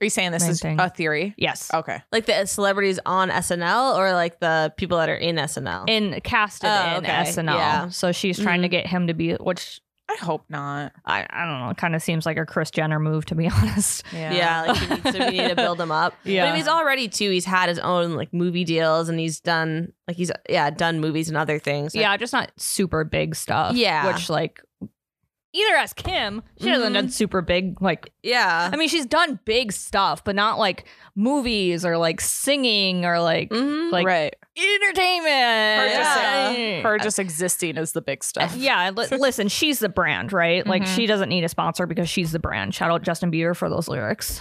C: Are you saying this
B: Main
C: is
B: thing.
C: a theory?
B: Yes.
A: Oh.
C: Okay.
A: like the celebrities on SNL or like the people that are in SNL.
B: In casted
A: Oh,
B: in
A: okay.
B: SNL.
A: Yeah. Mm-hmm.
B: So she's trying to get him to be, which
C: I hope not.
B: I, I don't know, kind of seems like a Chris Jenner move, to be honest.
C: Yeah.
A: Yeah, like he needs to, we need to build him up.
B: Yeah.
A: but he's already too. He's had his own like movie deals, and he's done like he's yeah done movies and other things. Like,
B: yeah, just not super big stuff.
A: Yeah.
B: Which like either as Kim, she hasn't
A: Mhm.
B: done super big like
A: Yeah.
B: I mean, she's done big stuff, but not like movies or like singing or like
A: Mhm.
B: like
C: right.
B: entertainment. Uh,
C: Her,
A: Yeah.
C: just, her just existing is the big stuff.
B: yeah, li- listen, she's the brand, right? Like
C: Mhm.
B: she doesn't need a sponsor because she's the brand. Shout out Justin Bieber for those lyrics.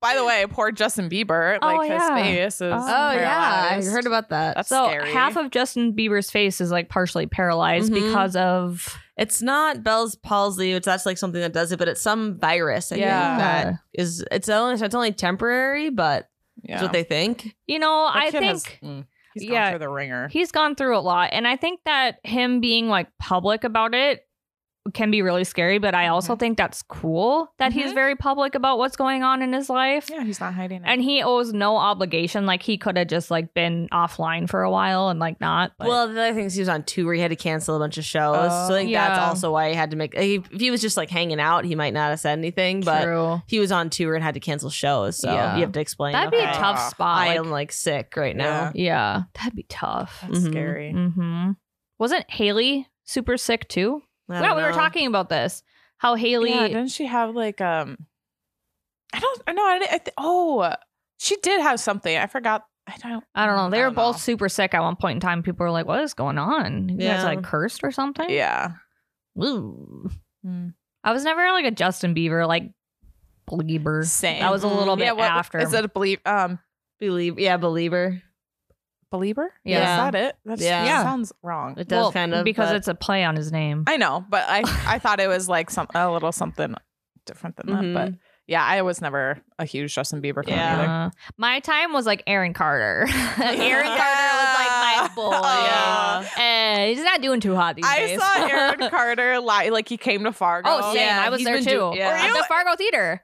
C: By the way, poor Justin Bieber.
B: Oh,
C: Like his
B: yeah.
C: face is.
B: Oh,
A: Oh yeah, I
C: paralyzed.
A: heard about that.
C: That's
B: so
C: scary.
B: half of Justin Bieber's face is like partially paralyzed
A: Mhm.
B: because of
A: It's not Bell's palsy, which that's like something that does it, but it's some virus. I
C: Yeah.
A: think
B: uh,
A: that is it's only so it's only temporary, but
C: yeah.
A: that's what they think.
B: you know,
C: That
B: I
C: kid
B: think
C: has- mm, he's gone
B: yeah.
C: through the ringer.
B: he's gone through a lot and i think that him being like public about it can be really scary but i also
C: Mhm.
B: think that's cool that he's
C: Mhm.
B: very public about what's going on in his life
C: yeah, he's not hiding it.
B: and he owes no obligation like he could have just like been offline for a while and like not but-
A: well, the other thing is he was on tour; he had to cancel a bunch of shows, so I think that's
B: Yeah.
A: also why he had to make. If he was just like hanging out, he might not have said anything, but
B: True.
A: he was on tour and had to cancel shows, so
B: Yeah.
A: you have to explain.
B: that'd be a
A: okay,
B: tough
C: Ah,
B: spot
A: I
B: like-
A: am like sick right now.
B: yeah that'd be tough
C: That's
A: Mhm.
C: scary.
B: mm-hmm. wasn't haley super sick too
A: I
B: yeah
A: don't
B: we were
A: know.
B: talking about this how haley
C: Yeah, didn't she have like um? I don't. I know. I, didn't- I th- oh, she did have something. I forgot. I don't.
B: I don't know. They were
C: don't
B: both super sick at one point in time. People were like, "What is going on? You guys
A: Yeah.
B: like cursed or something?"
C: Yeah.
B: Ooh. I was never like a Justin Bieber like believer.
C: Same.
B: Mm-hmm. That was a little bit
C: yeah. What,
B: after.
C: is it a believe? Um,
A: Believe, yeah, believer.
C: believer?
B: Yeah.
C: Is that it? That's,
A: Yeah.
C: yeah. Sounds wrong.
A: It does
B: Well,
A: kind of
B: because
A: but-
B: it's a play on his name.
C: I know, but I I thought it was like some a little something different than
A: Mhm.
B: Mm-hmm.
C: that. But yeah, I was never a huge Justin Bieber fan
A: Yeah.
C: either.
B: Uh, my time was like Aaron Carter. Aaron Carter was like my
C: Yeah.
B: boy.
C: Oh.
B: Eh, he's not doing too hot these
C: I
B: days.
C: saw Aaron Carter live, like he came to Fargo.
B: oh, same.
A: Yeah,
B: I was
A: he's
B: there
A: been
B: too.
A: do- yeah.
B: At the Fargo Theater.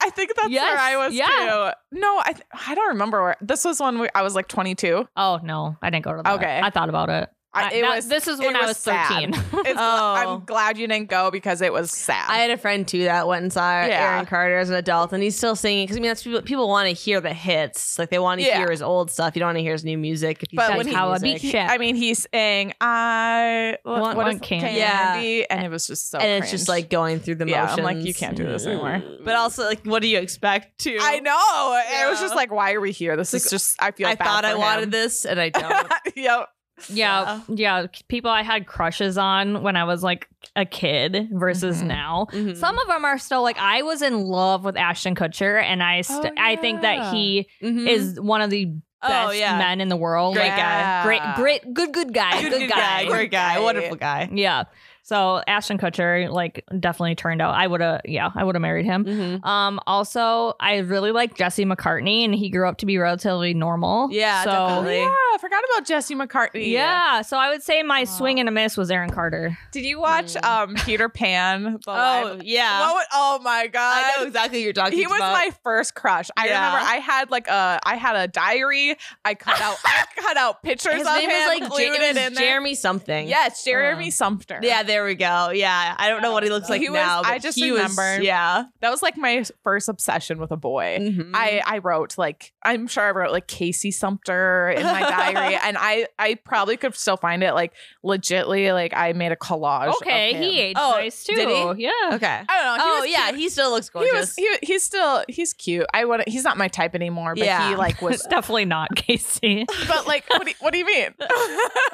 C: I think that's
B: Yes,
C: where I was
B: yeah.
C: too. No, I th- I don't remember where. This was when we, I was like 22.
B: Oh no, I didn't go to that.
C: Okay.
B: I thought about it.
A: Uh,
C: I,
B: I-
C: it
B: that-
C: was.
B: this is
C: it
B: when I
C: was
B: was
C: sad.
B: thirteen.
C: It's,
A: Oh.
C: I'm glad you didn't go because it was sad.
A: I had a friend too that went and saw
C: Yeah.
A: Aaron Carter as an adult, and he's still singing because I mean that's people, people want to hear the hits, like they want to
C: Yeah.
A: hear his old stuff. You don't want to hear his new music. If you
C: But
A: sing
C: when
A: new
C: he-
B: How a
A: music.
B: beach shit.
C: I mean, he sang I
B: Want-
C: what
B: want
C: is-
B: candy.
C: candy, and it was just so.
A: and it's just
C: cringe.
A: like going through the
C: Yeah,
A: motions.
C: I'm like, you can't do this anymore.
A: But also, like, what do you expect to?
C: I know. It was
A: Yeah.
C: just like, why are we here? This
A: It's
C: is just. I feel.
A: I
C: bad
A: thought
C: for
A: I
C: him.
A: wanted this, and I don't.
C: yep.
B: Yeah, yeah. People I had crushes on when I was like a kid versus
C: Mhm.
B: now.
A: Mhm.
B: Some of them are still like I was in love with Ashton Kutcher, and I st-
C: Oh,
B: I think
C: yeah.
B: that he
A: Mhm.
B: is one of the
A: Oh,
B: best
A: yeah.
B: men in the world.
A: Great
B: Like,
C: guy.
B: great, great, good, good guy, good, guy.
A: great guy,
C: Great
A: wonderful guy.
B: Yeah. So Ashton Kutcher like definitely turned out. I would have yeah, I would have married him.
A: Mhm.
C: Mm-hmm.
B: Um. Also, I really like Jesse McCartney, and he grew up to be relatively normal.
A: Yeah,
B: So.
C: Oh,
A: definitely.
C: yeah, I forgot about Jesse McCartney.
B: Yeah, so I would say my
C: Oh.
B: swing and a miss was Aaron Carter.
C: Did you watch
A: Mm.
C: um Peter Pan? The
A: Oh
C: live?
A: yeah,
C: What would- oh my god.
A: I know exactly what you're talking
C: He was
A: about.
C: my first crush. I
A: Yeah.
C: remember I had like a I had a diary. I cut out I cut out pictures
A: His
C: of
A: name
C: him.
A: was like Ja-
C: glued
A: it was
C: in there.
A: Jeremy something.
C: Yes, Jeremy
B: Uh,
C: Sumter.
A: Yeah, there we go. Yeah, I don't know what he looks like
C: He was-
A: now. But
C: I just
A: he Was,
C: remember.
A: yeah,
C: that was like my first obsession with a boy. I,
A: Mm-hmm.
C: I wrote like I'm sure I wrote like Casey Sumter in my diary, and I I probably could still find it like legitly like I made a collage. of
B: Okay,
C: him.
B: he aged
A: Oh,
B: nice too.
A: did he?
B: Yeah.
A: okay.
C: I don't know. He
A: Oh
C: was
A: yeah,
C: cute.
A: he still looks
C: he
A: gorgeous.
C: was he, he's still he's cute. I want he's not my type anymore, but
A: Yeah.
C: he like was.
B: It's definitely not Casey.
C: but like, what do, you- what do you mean?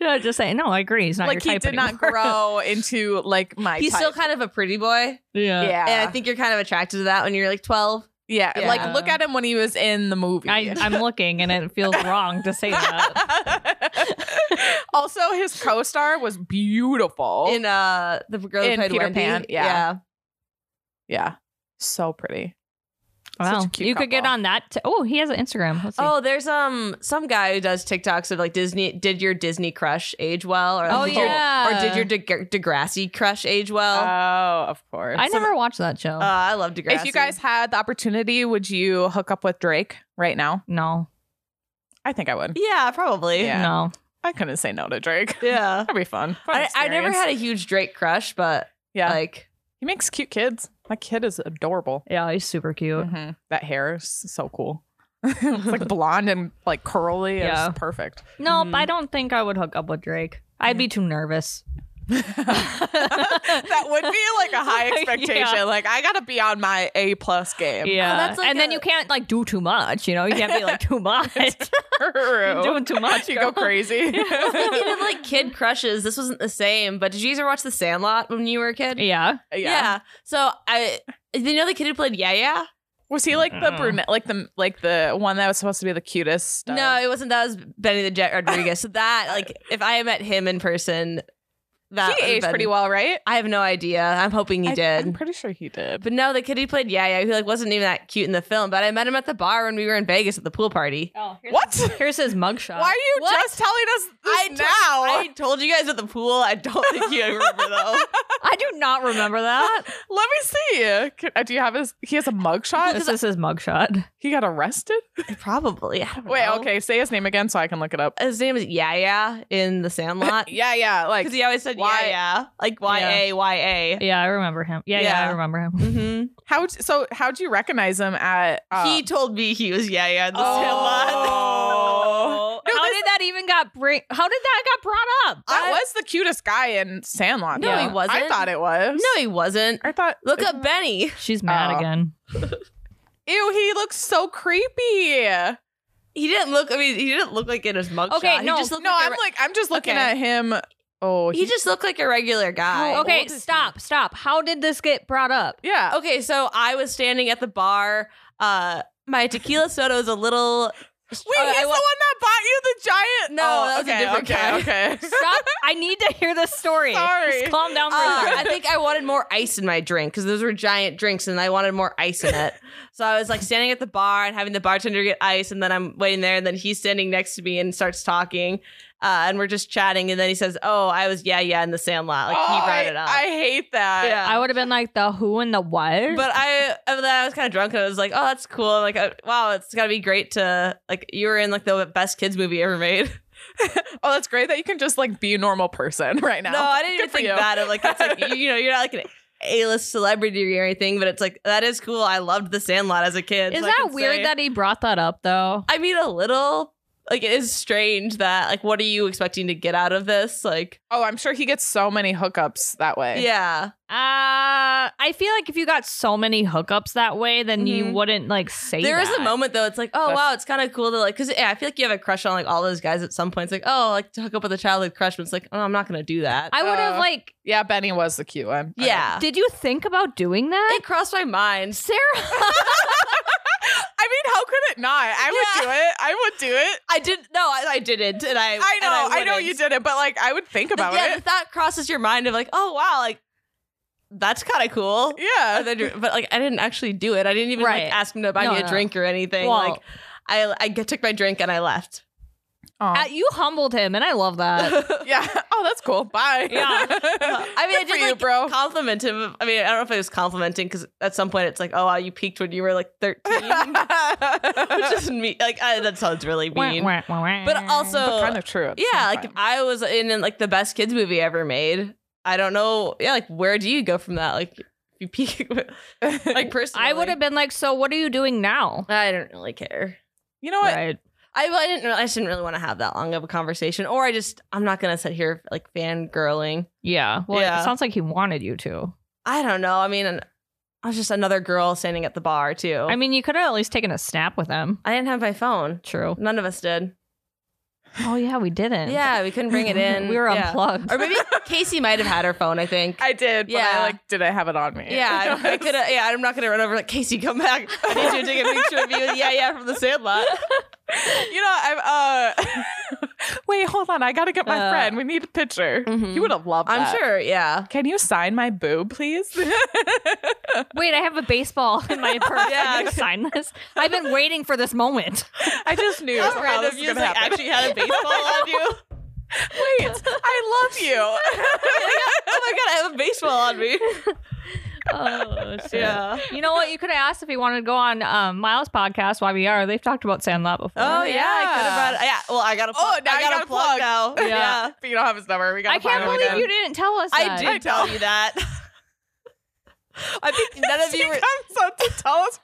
B: No, just saying. No, I agree. He's not your
C: like he
B: type
C: did not
B: anymore.
C: grow into like my.
A: He's
C: type.
A: still kind of a pretty boy,
B: Yeah.
C: yeah,
A: and I think you're kind of attracted to that when you're like 12.
C: yeah,
A: Yeah.
C: Like look at him when he was in the movie.
B: I, I'm looking, and it feels wrong to say that.
C: also, his co-star was beautiful.
A: In uh, the girl
C: Oh. In
A: that played
C: Peter
A: Wendy.
C: Pan, yeah. yeah, so pretty. Such a
B: Wow,
C: cute
B: you could get
C: couple.
B: on that. T- oh, he has an Instagram. Let's see.
A: Oh, there's um some guy who does TikToks of like Disney. Did your Disney crush age well? Or
B: Oh,
A: did your-
B: yeah.
A: Or did your De- Degrassi crush age well? Uh,
C: Oh, of course.
B: I never watched that show.
A: I love Degrassi.
C: Oh. If you guys had the opportunity, would you hook up with Drake right now?
B: no,
C: I think I would.
A: yeah, probably.
C: Yeah.
B: no.
C: I couldn't say no to Drake.
A: yeah.
C: That'd be fun. Fun
A: I, I never
C: experience.
A: had a huge Drake crush, but
C: Yeah,
A: like
C: he makes cute kids. That kid is adorable.
B: Yeah, he's super cute.
C: Mhm. That hair is so cool. it's like blonde and like curly.
B: Yeah.
C: It's perfect.
B: Nope,
A: Mhm.
B: I don't think I would hook up with Drake. I'd be too nervous.
C: that would be like a high
B: Yeah.
C: expectation. Like I gotta be on my A plus game.
B: Yeah.
A: that's like
B: and then
A: a-
B: you can't Oh, like do too much, you know? You can't be like too much.
C: True.
B: Doing too much,
C: You go
B: girl.
C: crazy.
A: you did like kid crushes. This wasn't the same, but did you guys ever watch The Sandlot when you were a kid?
B: yeah.
A: So I, you know, the kid who played Yeah Yeah.
C: Was he like the
B: Mm.
C: brunette, like the like the one that was supposed to be the cutest? uh,
A: No, it wasn't. That was Benny the Jet Rodriguez. so that, like, if I had met him in person, that
C: he
A: would've
C: aged
A: been-
C: pretty well, right?
A: I have no idea. I'm hoping he
C: I-
A: did.
C: I'm pretty sure he did.
A: but no, the kid who played Yeah Yeah, who like wasn't even that cute in the film, but I met him at the bar when we were in Vegas at the pool party.
B: Oh, here's
C: What?
B: Here's his mugshot.
C: Why are you
A: What?
C: just telling us this
A: I to-
C: now?
A: I told you guys at the pool. I don't think you remember though.
B: I do not remember that.
C: Let me see. Can- uh, do you have his? He has a mugshot.
B: this is his mugshot.
C: he got arrested.
A: Probably. I don't
C: Wait.
A: know.
C: Okay. Say his name again so I can look it up.
A: His name is Yeah Yeah in The Sandlot.
C: Yeah. Yeah. Like.
A: Because he always said
C: Why-
A: yeah, yeah, like Y A Y A.
B: Yeah, I remember him. Yeah, yeah,
A: Yeah.
B: I remember him.
A: Mhm.
C: How? So how'd you recognize him at? uh,
A: He told me he was yeah, yeah. in The
C: Oh.
A: Sandlot.
C: No,
B: how
C: this-
B: did that even got bring? How did that got brought up?
C: that
A: I-
C: was the cutest guy in Sandlot.
A: No,
C: though.
A: he wasn't.
C: I thought it was.
A: no, he wasn't.
C: I thought.
A: Look up Benny.
B: She's mad
C: Oh.
B: again.
C: Ew. He looks so creepy.
A: He didn't look. I mean, he didn't look like in his mugshot.
B: Okay,
A: he
B: no,
A: just looked
C: No,
A: like a
C: I'm
A: re-
C: like I'm just looking
A: Okay.
C: at him. Oh,
A: he, just looked like a regular guy.
C: How old
B: Okay,
C: is he?
B: stop, stop. How did this get brought up?
C: yeah.
A: Okay, so I was standing at the bar. Uh, my tequila soda was a little.
C: Wait,
A: Uh, I
C: he's the
A: wa-
C: one that bought you the giant.
A: No,
C: oh,
A: that was a
C: okay,
A: different
C: okay,
A: guy.
C: okay.
B: Stop. I need to hear the story.
C: Sorry.
B: Just calm down for a
A: Uh,
B: second.
A: I think I wanted more ice in my drink because those were giant drinks and I wanted more ice in it. So I was like standing at the bar and having the bartender get ice, and then I'm waiting there, and then he's standing next to me and starts talking, uh, and we're just chatting, and then he says, "Oh, I was yeah yeah in the Sandlot," like
C: Oh,
A: he brought
C: I,
A: it up.
C: I hate that.
A: Yeah.
B: I would have been like the who and the what.
A: but I, and then I was kind of drunk, and I was like, "Oh, that's cool! Like, uh, wow, it's gotta be great to like you were in like the best kids movie ever made."
C: Oh, that's great that you can just like be a normal person right now.
A: No, I didn't
C: Good
A: even
C: for
A: think
C: you.
A: that. Of like, it's like you, you know, you're not like an A-list celebrity or anything, but it's like that is cool. I loved The Sandlot as a kid.
B: Is
A: so I
B: that
A: can
B: weird
A: say-
B: that he brought that up though?
A: I mean a little? Like, it is strange that like, what are you expecting to get out of this? Like,
C: Oh, I'm sure he gets so many hookups that way.
A: yeah,
B: Uh, I feel like if you got so many hookups that way, then you
A: Mhm.
B: wouldn't like say.
A: there is
B: that.
A: a moment though. It's like, oh
C: That's-
A: wow, it's kind of cool to like, because yeah, I feel like you have a crush on like all those guys at some point. It's like, oh, like to hook up with a childhood crush, but it's like, oh, I'm not gonna do that.
B: I would have
C: Uh,
B: like.
C: Yeah, Benny was the cute one. I
A: yeah,
B: Did you think about doing that?
A: uh, it crossed my mind.
B: Sarah,
C: I mean, how could it not? I
A: Yeah.
C: would do it. I would do it.
A: I did no, I, I didn't, and I
C: I
A: and
C: know. I, know
A: wouldn't.
C: you did it, but like, I would think about
A: yeah, the
C: it.
A: thought crosses your mind of like, oh wow, like that's kind of cool. And
C: Yeah.
A: then you're- but like, I didn't actually do it. I didn't even
B: Right.
A: like ask him to buy
B: No,
A: me a
B: no.
A: drink or anything.
B: Well-
A: like, I I get- took my drink and I left.
C: Aw.
B: uh, you humbled him, and I love that.
C: yeah. Oh, that's cool. Bye.
B: Yeah.
A: I mean,
C: Good
A: I
C: for
A: did
C: you,
A: like
C: bro.
A: compliment him. I mean, I don't know if it was complimenting because at some point it's like, oh wow, you peaked when you were like thirteen, which is me. Like I, that sounds really mean. But also,
C: kind of true. at the
A: yeah,
C: same
A: like if
C: time.
A: I was in, in, like the best kids movie ever made, I don't know. Yeah, like where do you go from that? Like you peak, like personally,
B: I would have been like, "So, what are you doing now?"
A: I don't really care.
C: you know what?
B: Right.
A: I, well, I didn't. Really, I just didn't really want to have that long of a conversation, or I just I'm not gonna sit here like fangirling.
B: Yeah. Well, it
A: Yeah.
B: sounds like he wanted you to.
A: I don't know. I mean, and I was just another girl standing at the bar too.
B: I mean, you could have at least taken a snap with him.
A: I didn't have my phone.
B: True.
A: None of us did.
B: Oh yeah, we didn't.
A: Yeah, we couldn't bring it in.
B: we were
A: yeah.
B: unplugged.
A: Or maybe Casey might have had her phone. I think.
C: I did, but I
A: Yeah.
C: like did I have it on me?
A: Yeah, I, I could. Yeah, I'm not gonna run over like Casey. Come back. I need you to take a picture of you. Yeah, yeah, from the Sandlot.
C: you know, I've uh wait, hold on, I gotta get my
B: Uh,
C: friend. We need a picture.
A: Mhm.
C: You would have loved
A: I'm
C: that.
A: sure. Yeah.
C: Can you sign my boob, please?
B: Wait, I have a baseball in my purse.
A: Yeah.
B: Can you sign this. I've been waiting for this moment.
C: I just knew
A: How
C: how
A: random
C: this was
A: you
C: gonna
A: like,
C: happen.
A: actually had a baseball on you.
C: Wait, I love you.
A: Oh my god, I have a baseball on me.
B: Oh shit.
A: Yeah.
B: You know what? You could have asked if he wanted to go on um, Miles' podcast, YBR. They've talked about Sandlot before.
A: Oh yeah, I could have brought. Yeah. Well, I got a. Plug,
C: Oh, now
A: I
C: you
A: got
C: gotta
A: a plug, now.
B: Yeah.
A: Yeah.
C: but you don't have his number. We got.
B: I can't believe you didn't tell us.
A: I
B: that.
A: did tell you that. I think none of you were.
C: I'm so to tell us.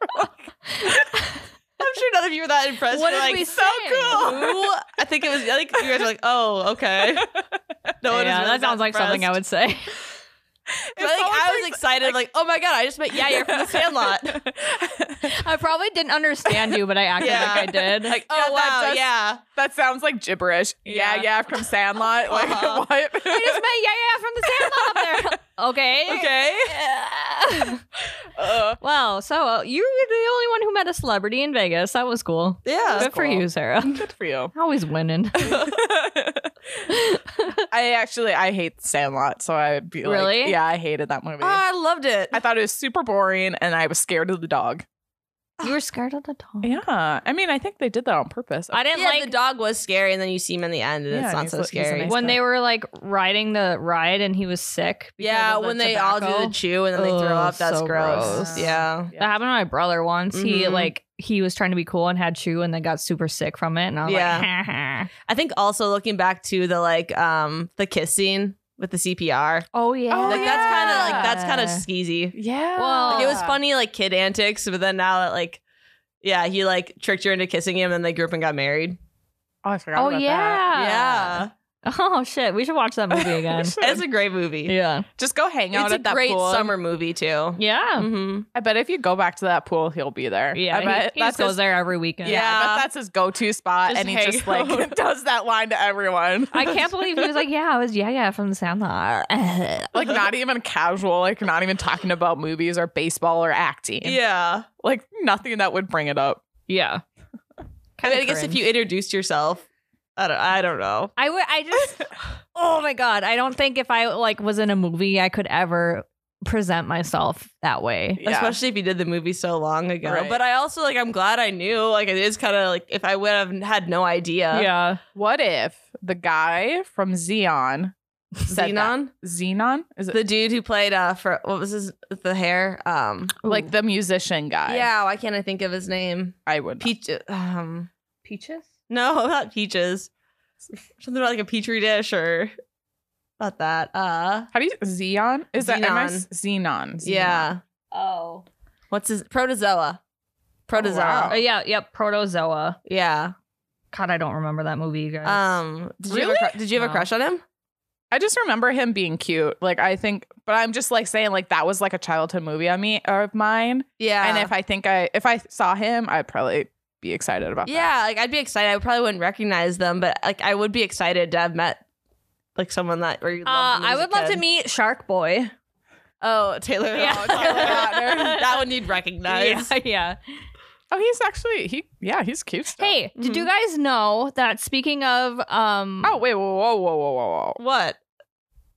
A: I'm sure none of you were that impressed.
B: What
A: You're
B: did
A: like,
B: we say?
A: so cool. I think it was. I think you guys were like, oh, okay. No one is
B: yeah,
A: really
B: that sounds like something I
A: impressed.
B: would say.
A: I, think I was excited, like, oh my god, I just met Yair from the Sandlot.
B: I probably didn't understand you, but I acted
A: Yeah.
B: like I did.
A: like,
C: Yeah,
A: oh
C: that
A: wow,
C: does-
A: yeah.
C: That sounds like gibberish. Yeah,
B: Yeah.
C: yeah, from Sandlot. Like
A: Uh-huh.
C: what?
B: I just met yeah, yeah from the Sandlot up there. Okay.
C: okay.
B: Yeah.
C: Uh,
B: Wow. So uh, you were the only one who met a celebrity in Vegas. That was cool.
A: Yeah.
B: Good for
C: cool.
B: you, Sarah.
C: good for you.
B: Always winning.
C: I actually I hate Sandlot, so I'd be like,
B: Really?
C: yeah, I hated that movie.
A: Oh, I loved it.
C: I thought it was super boring, and I was scared of the dog.
B: you were scared of the dog.
C: Yeah, I mean, I think they did that on purpose.
B: I didn't
A: yeah,
B: like
A: the dog was scary, and then you see him in the end, and
C: Yeah,
A: it's not
C: he's
A: so
C: a- he's a
A: scary.
C: nice-
B: when they were like riding the ride and he was sick. because
A: yeah,
B: of the
A: when they all do
B: tobacco.
A: the chew and then they throw
B: Oh,
A: up, that's
B: so
A: gross.
C: gross.
A: Yeah.
B: That happened to my brother once. He
A: Mhm.
B: like he was trying to be cool and had chew and then got super sick from it. And I was
A: Yeah.
B: like, ha, ha.
A: I think also looking back to the like um the kiss scene with the CPR.
B: oh yeah,
C: Oh,
A: like that's kind of like that's kind of
B: Yeah.
A: skeezy.
C: yeah,
B: Well,
A: Like, it was funny like kid antics, but then now that like yeah, he like tricked her into kissing him and they grew up and got married.
C: Oh, I forgot.
B: Oh
C: about
B: yeah,
A: Yeah.
B: Oh shit, we should watch that movie
C: that.
B: again.
A: It's a great movie.
B: yeah,
C: Just go hang out
A: It's a
C: at that
A: great
C: pool.
A: summer movie too.
B: yeah,
A: Mhm.
C: I bet if you go back to that pool, he'll be there.
B: yeah.
C: I
B: he-
C: bet
B: he, just goes there every weekend.
C: His, yeah, I
A: Yeah.
C: bet that's his go-to spot,
A: Just
C: and he
A: hang
C: just like
A: out.
C: does that line to everyone.
B: I can't believe he was like, yeah, I was yeah, yeah from the Sandlot.
C: like not even casual, like not even talking about movies or baseball or acting.
A: Yeah.
C: Like nothing that would bring it up.
B: yeah.
A: I mean, I guess if you introduced yourself, I don't, I don't know.
B: I would. I just. oh my god! I don't think if I like was in a movie, I could ever present myself that way.
C: Yeah.
A: Especially if you did the movie so long ago.
C: Right.
A: But I also like I'm glad I knew. Like it is kind of like if I would have had no idea.
B: yeah.
C: What if the guy from Xeon said that?
A: Xenon,
C: Xenon? Is it
A: the dude who played uh for what was his the hair? Um
C: like the musician guy?
A: Yeah, why can't I think of his name?
C: I would.
A: Peach um
B: peaches.
A: no, not peaches. Something about like a petri dish or not that. Uh
C: How do you Xeon? Is that am I s- Xenon? Xenon.
A: yeah.
B: Oh.
A: Oh, What's his protozoa? Protozoa.
C: wow.
B: Uh, yeah. Yep. Protozoa.
A: Yeah.
B: God, I don't remember that movie, you guys.
A: Um did you have a,
C: Really?
A: cru- did you have
B: No.
A: a crush on him?
C: I just remember him being cute. Like I think, but I'm just like saying like that was like a childhood movie on me or of mine.
A: Yeah.
C: and if I think I if I saw him, I'd probably be excited about. that.
A: Yeah, like I'd be excited. I probably wouldn't recognize them, but like I would be excited to have met like someone that or you.
B: Uh,
A: loved when you
B: I
A: was a
B: would love to
A: kid.
B: meet Shark Boy.
A: Oh, Taylor.
B: Yeah.
A: Oh, Taylor Lautner. that one you'd recognize.
B: Yeah. yeah.
C: Oh, he's actually he. Yeah, he's cute. Still.
B: Hey, did you
A: Mm-hmm.
B: guys know that speaking of um
C: Oh wait, whoa, whoa, whoa, whoa, whoa, whoa.
A: What?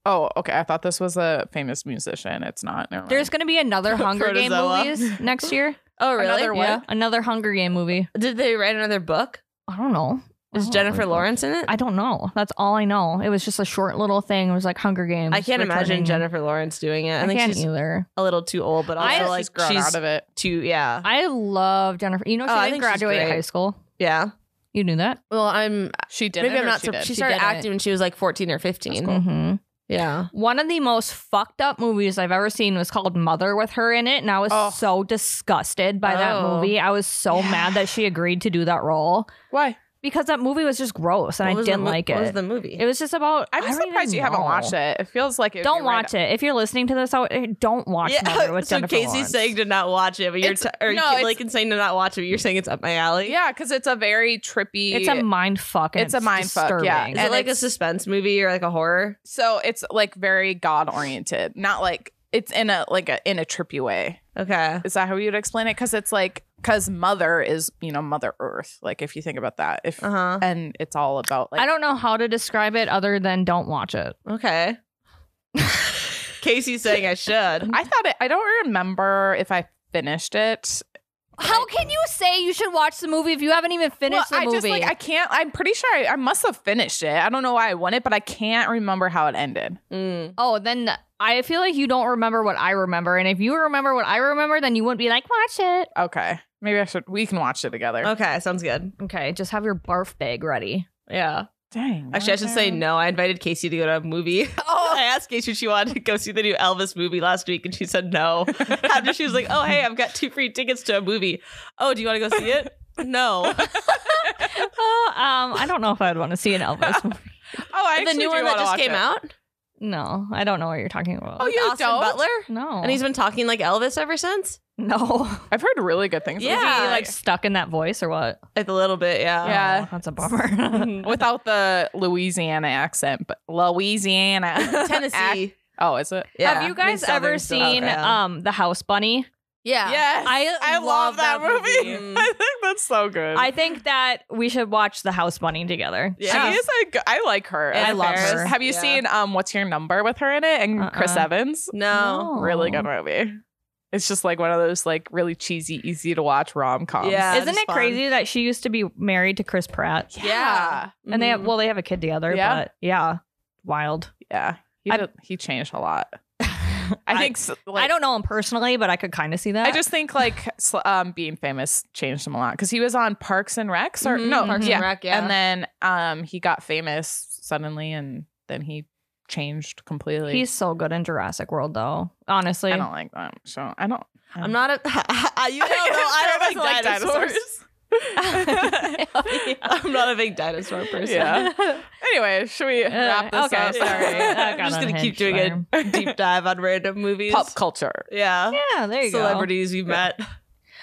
C: Oh, okay. I thought this was a famous musician. It's not. Never mind.
B: there's going to be another Hunger Game
A: Protozoa.
B: movies next year.
A: Oh, really?
C: Another what?
B: Yeah, another Hunger Game movie.
A: Did they write another book?
B: I don't know. Oh, I
A: Is
B: don't
A: Jennifer
B: remember.
A: Lawrence in it?
B: I don't know. That's all I know. It was just a short little thing. It was like Hunger Games.
A: I can't imagine
B: returning.
A: Jennifer Lawrence doing it. I,
B: I,
A: think
B: can't
A: she's
B: either.
A: a little too old, but also
B: I
C: I
B: feel
A: like
C: like grown
A: she's
C: out of it.
A: too. Yeah,
B: I love Jennifer. You know, she
A: Oh, I
B: didn't
A: think she's
B: graduate
A: great.
B: high school.
A: yeah.
B: You knew that.
A: Well, I'm
C: She did.
A: maybe I'm not.
C: She,
A: She,
C: did?
A: she started
B: didn't.
A: acting when she was like 14 or 15.
B: Mhm.
A: Yeah.
B: One of the most fucked up movies I've ever seen was called Mother with her in it, and I was
C: Oh.
B: so disgusted by that
A: Oh.
B: movie. I was so
C: Yeah.
B: mad that she agreed to do that role
C: Why?
B: because that movie was just gross, and
A: What
B: I
A: was the
B: didn't
A: mo-
B: like
A: What was
B: it.
A: the movie?
B: it was just about. I
C: I'm
B: don't
C: surprised
B: even
C: you haven't
B: know.
C: watched it. It feels like it
B: Don't watch it if you're listening to this. Out, don't watch Mother with
A: so
B: Jennifer
A: Casey's
B: Lawrence.
A: saying to not watch it, but you're
C: It's-
A: t- or
C: no,
A: Kate
C: it's-
A: Lake is saying to not watch it, but you're saying it's up my alley.
C: Yeah, because it's a very trippy.
B: it's a mind fuck. and
C: It's a mind fuck, yeah.
B: disturbing.
A: Is
C: And
A: it like a
C: it's-
A: suspense movie or like a horror?
C: so it's like very God oriented. Not like it's in a like a in a trippy way.
A: Okay.
C: Is that how you'd explain it? Because it's like because mother is you know Mother Earth. Like if you think about that, if
A: Uh huh.
C: and it's all about like
B: I don't know how to describe it other than don't watch it.
A: Okay. Casey's saying I should.
C: I thought it. I don't remember if I finished it.
B: How can you say you should watch the movie if you haven't even finished
C: well,
B: the
C: I
B: movie?
C: just like I can't. I'm pretty sure I, I must have finished it. I don't know why I won it, but I can't remember how it ended.
A: Mm.
B: oh, then I feel like you don't remember what I remember, and if you remember what I remember, then you wouldn't be like, watch it.
C: Okay, maybe I should. We can watch it together.
A: Okay, sounds good.
B: Okay, just have your barf bag ready.
A: Yeah.
C: Dang.
A: Actually, I should say no. I invited Casey to go to a movie.
B: Oh.
A: I asked Casey if she wanted to go see the new Elvis movie last week, and she said no. After she was like, "Oh, hey, I've got two free tickets to a movie. Oh, do you want to go see it? No.
B: Oh, um, I don't know if I'd want to see an Elvis movie.
C: Oh, I
A: the
C: actually
A: new
C: do
A: one that
C: wanna
A: just
C: watch
A: came
C: it.
A: out.
B: No, I don't know what you're talking about.
C: Oh, you
A: Austin
C: don't?
A: Butler,
B: no.
A: and he's been talking like Elvis ever since.
B: no.
C: I've heard really good things. about
A: Yeah.
B: Is
C: it.
B: he like stuck in that voice or what?
A: Like a little bit, yeah. Mm-hmm.
C: Yeah.
B: Oh, that's a bummer.
C: Mm-hmm. without the Louisiana accent, but Louisiana, Ac-
A: Tennessee.
C: oh, is it?
A: Yeah.
B: Have you guys
A: Southern
B: ever
A: stuff,
B: seen
A: yeah.
B: um the House Bunny?
A: Yeah.
C: Yes,
B: I love that
A: movie.
C: I think that's so good.
B: I think that we should watch the House Bunny together.
A: Yeah.
C: She is like I like her.
A: I
C: Anna
B: love
C: Faris.
B: her.
C: Have you
A: Yeah.
C: seen um What's Your Number with her in it and Chris
B: Uh-uh.
C: Evans?
A: No.
C: Really good movie. It's just like one of those like really cheesy, easy to watch rom coms.
A: Yeah.
B: Isn't
A: just
B: it
A: fun.
B: crazy that she used to be married to Chris Pratt?
C: Yeah.
B: And they have
A: Mhm.
B: well, they have a kid together,
C: Mm. Yeah.
B: but yeah. Wild.
C: Yeah. He,
B: I-
C: did, he changed a lot. I
B: I-
C: think s- like,
B: I don't know him personally, but I could kind of see that.
C: I just think like sl- um, being famous changed him a lot because he was on Parks and Recs or
A: Mhm.
C: no,
A: Parks
C: yeah.
A: and Rec, yeah.
C: And then um, he got famous suddenly, and then he changed completely.
B: he's so good in Jurassic World though. Honestly.
C: I don't like them, so I don't.
A: I'm not a. you know, no, I don't like dinosaurs. I'm not a big dinosaur person.
C: Yeah. anyway, should we wrap this
B: Uh, okay,
C: up?
B: sorry. I
A: I'm
B: got
A: just gonna keep
B: unhinged
A: doing
B: there.
A: a deep dive on random movies.
C: Pop culture.
A: Yeah.
B: Yeah, there you go.
A: Celebrities we met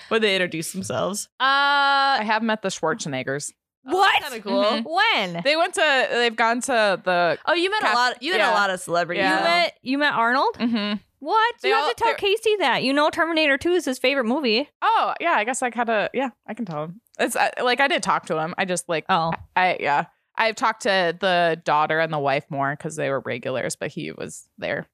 A: when they introduced themselves.
B: Uh,
C: I have met the Schwarzeneggers.
B: What?
A: Kind of cool.
C: Mhm.
B: When?
C: They went to. They've gone to the.
A: Mm-hmm. Oh, you met
C: Cap-
A: a lot. You met
C: yeah.
A: a lot of celebrities.
C: Yeah.
B: You met you met Arnold?
C: Mhm.
B: What?
C: They
B: you
C: all-
B: have to tell
C: they're-
B: Casey that. You know Terminator 2 is his favorite movie.
C: Oh yeah, I guess I kind of yeah. I can tell him. It's uh, like I did talk to him. I just like
B: Oh.
C: I yeah. I've talked to the daughter and the wife more because they were regulars, but he was there.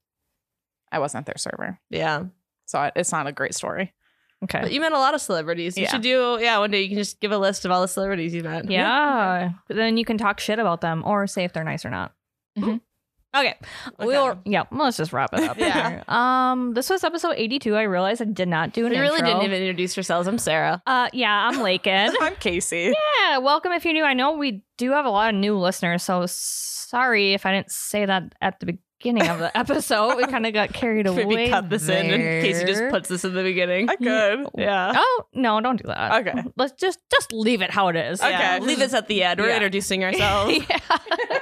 C: I wasn't their server,
A: Yeah.
C: so I- it's not a great story.
A: But
B: Okay.
A: you met a lot of celebrities. You
C: Yeah.
A: should do, yeah, one day you can just give a list of all the celebrities you met.
B: Yeah.
A: Mm-hmm.
B: But Then you can talk shit about them or say if they're nice or not.
C: Mhm.
B: Okay.
A: Mm-hmm. Okay.
B: We'll yeah, let's just wrap it up.
A: Yeah.
B: here. Um this was episode 82. I realized I did not do an
A: We really
B: intro.
A: didn't even introduce ourselves. I'm Sarah.
B: Uh yeah, I'm Lakin.
C: I'm Casey.
B: yeah, welcome if you're new. I know we do have a lot of new listeners, so sorry if I didn't say that at the beginning of the episode. We kind of got carried away.
A: Maybe cut this in in case he just
B: there.
A: puts this in the beginning.
C: I could.
A: Yeah.
B: Oh no! Don't do that.
C: Okay.
B: Let's just just leave it how it is.
C: Okay.
A: Yeah. Leave us at the end. We're
C: Yeah.
A: introducing ourselves.
B: yeah.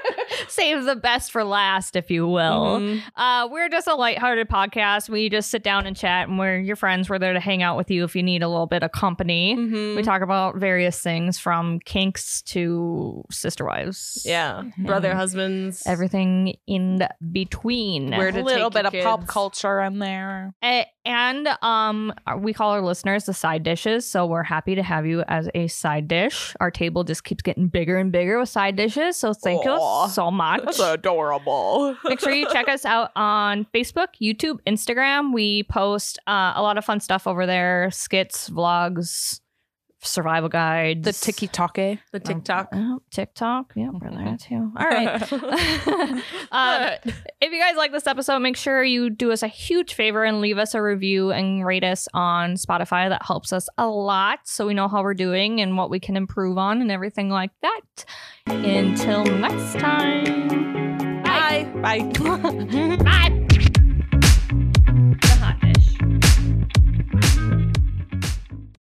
B: Save the best for last, if you will.
A: Mhm.
B: Uh, we're just a lighthearted podcast. We just sit down and chat, and we're your friends. We're there to hang out with you if you need a little bit of company.
A: Mhm.
B: We talk about various things from kinks to sister wives.
A: Yeah.
B: Yeah.
A: Brother, husbands.
B: Everything in between.
A: Where
C: A
A: to
C: little
A: take
C: bit
A: your
C: of pop
A: kids.
C: culture in there.
B: A- and um, we call our listeners the side dishes, so we're happy to have you as a side dish. Our table just keeps getting bigger and bigger with side dishes, so thank
C: Aw.
B: you so much.
C: That's adorable.
B: Make sure you check us out on Facebook, YouTube, Instagram. We post uh, a lot of fun stuff over there: skits, vlogs, survival guides,
C: The tiki take.
A: The TikTok.
B: Oh, TikTok. Yeah, we're there too. All right. um,
A: But-
B: if you guys like this episode, make sure you do us a huge favor and leave us a review and rate us on Spotify. That helps us a lot so we know how we're doing and what we can improve on and everything like that. Until next time.
A: Bye. Bye.
B: Bye.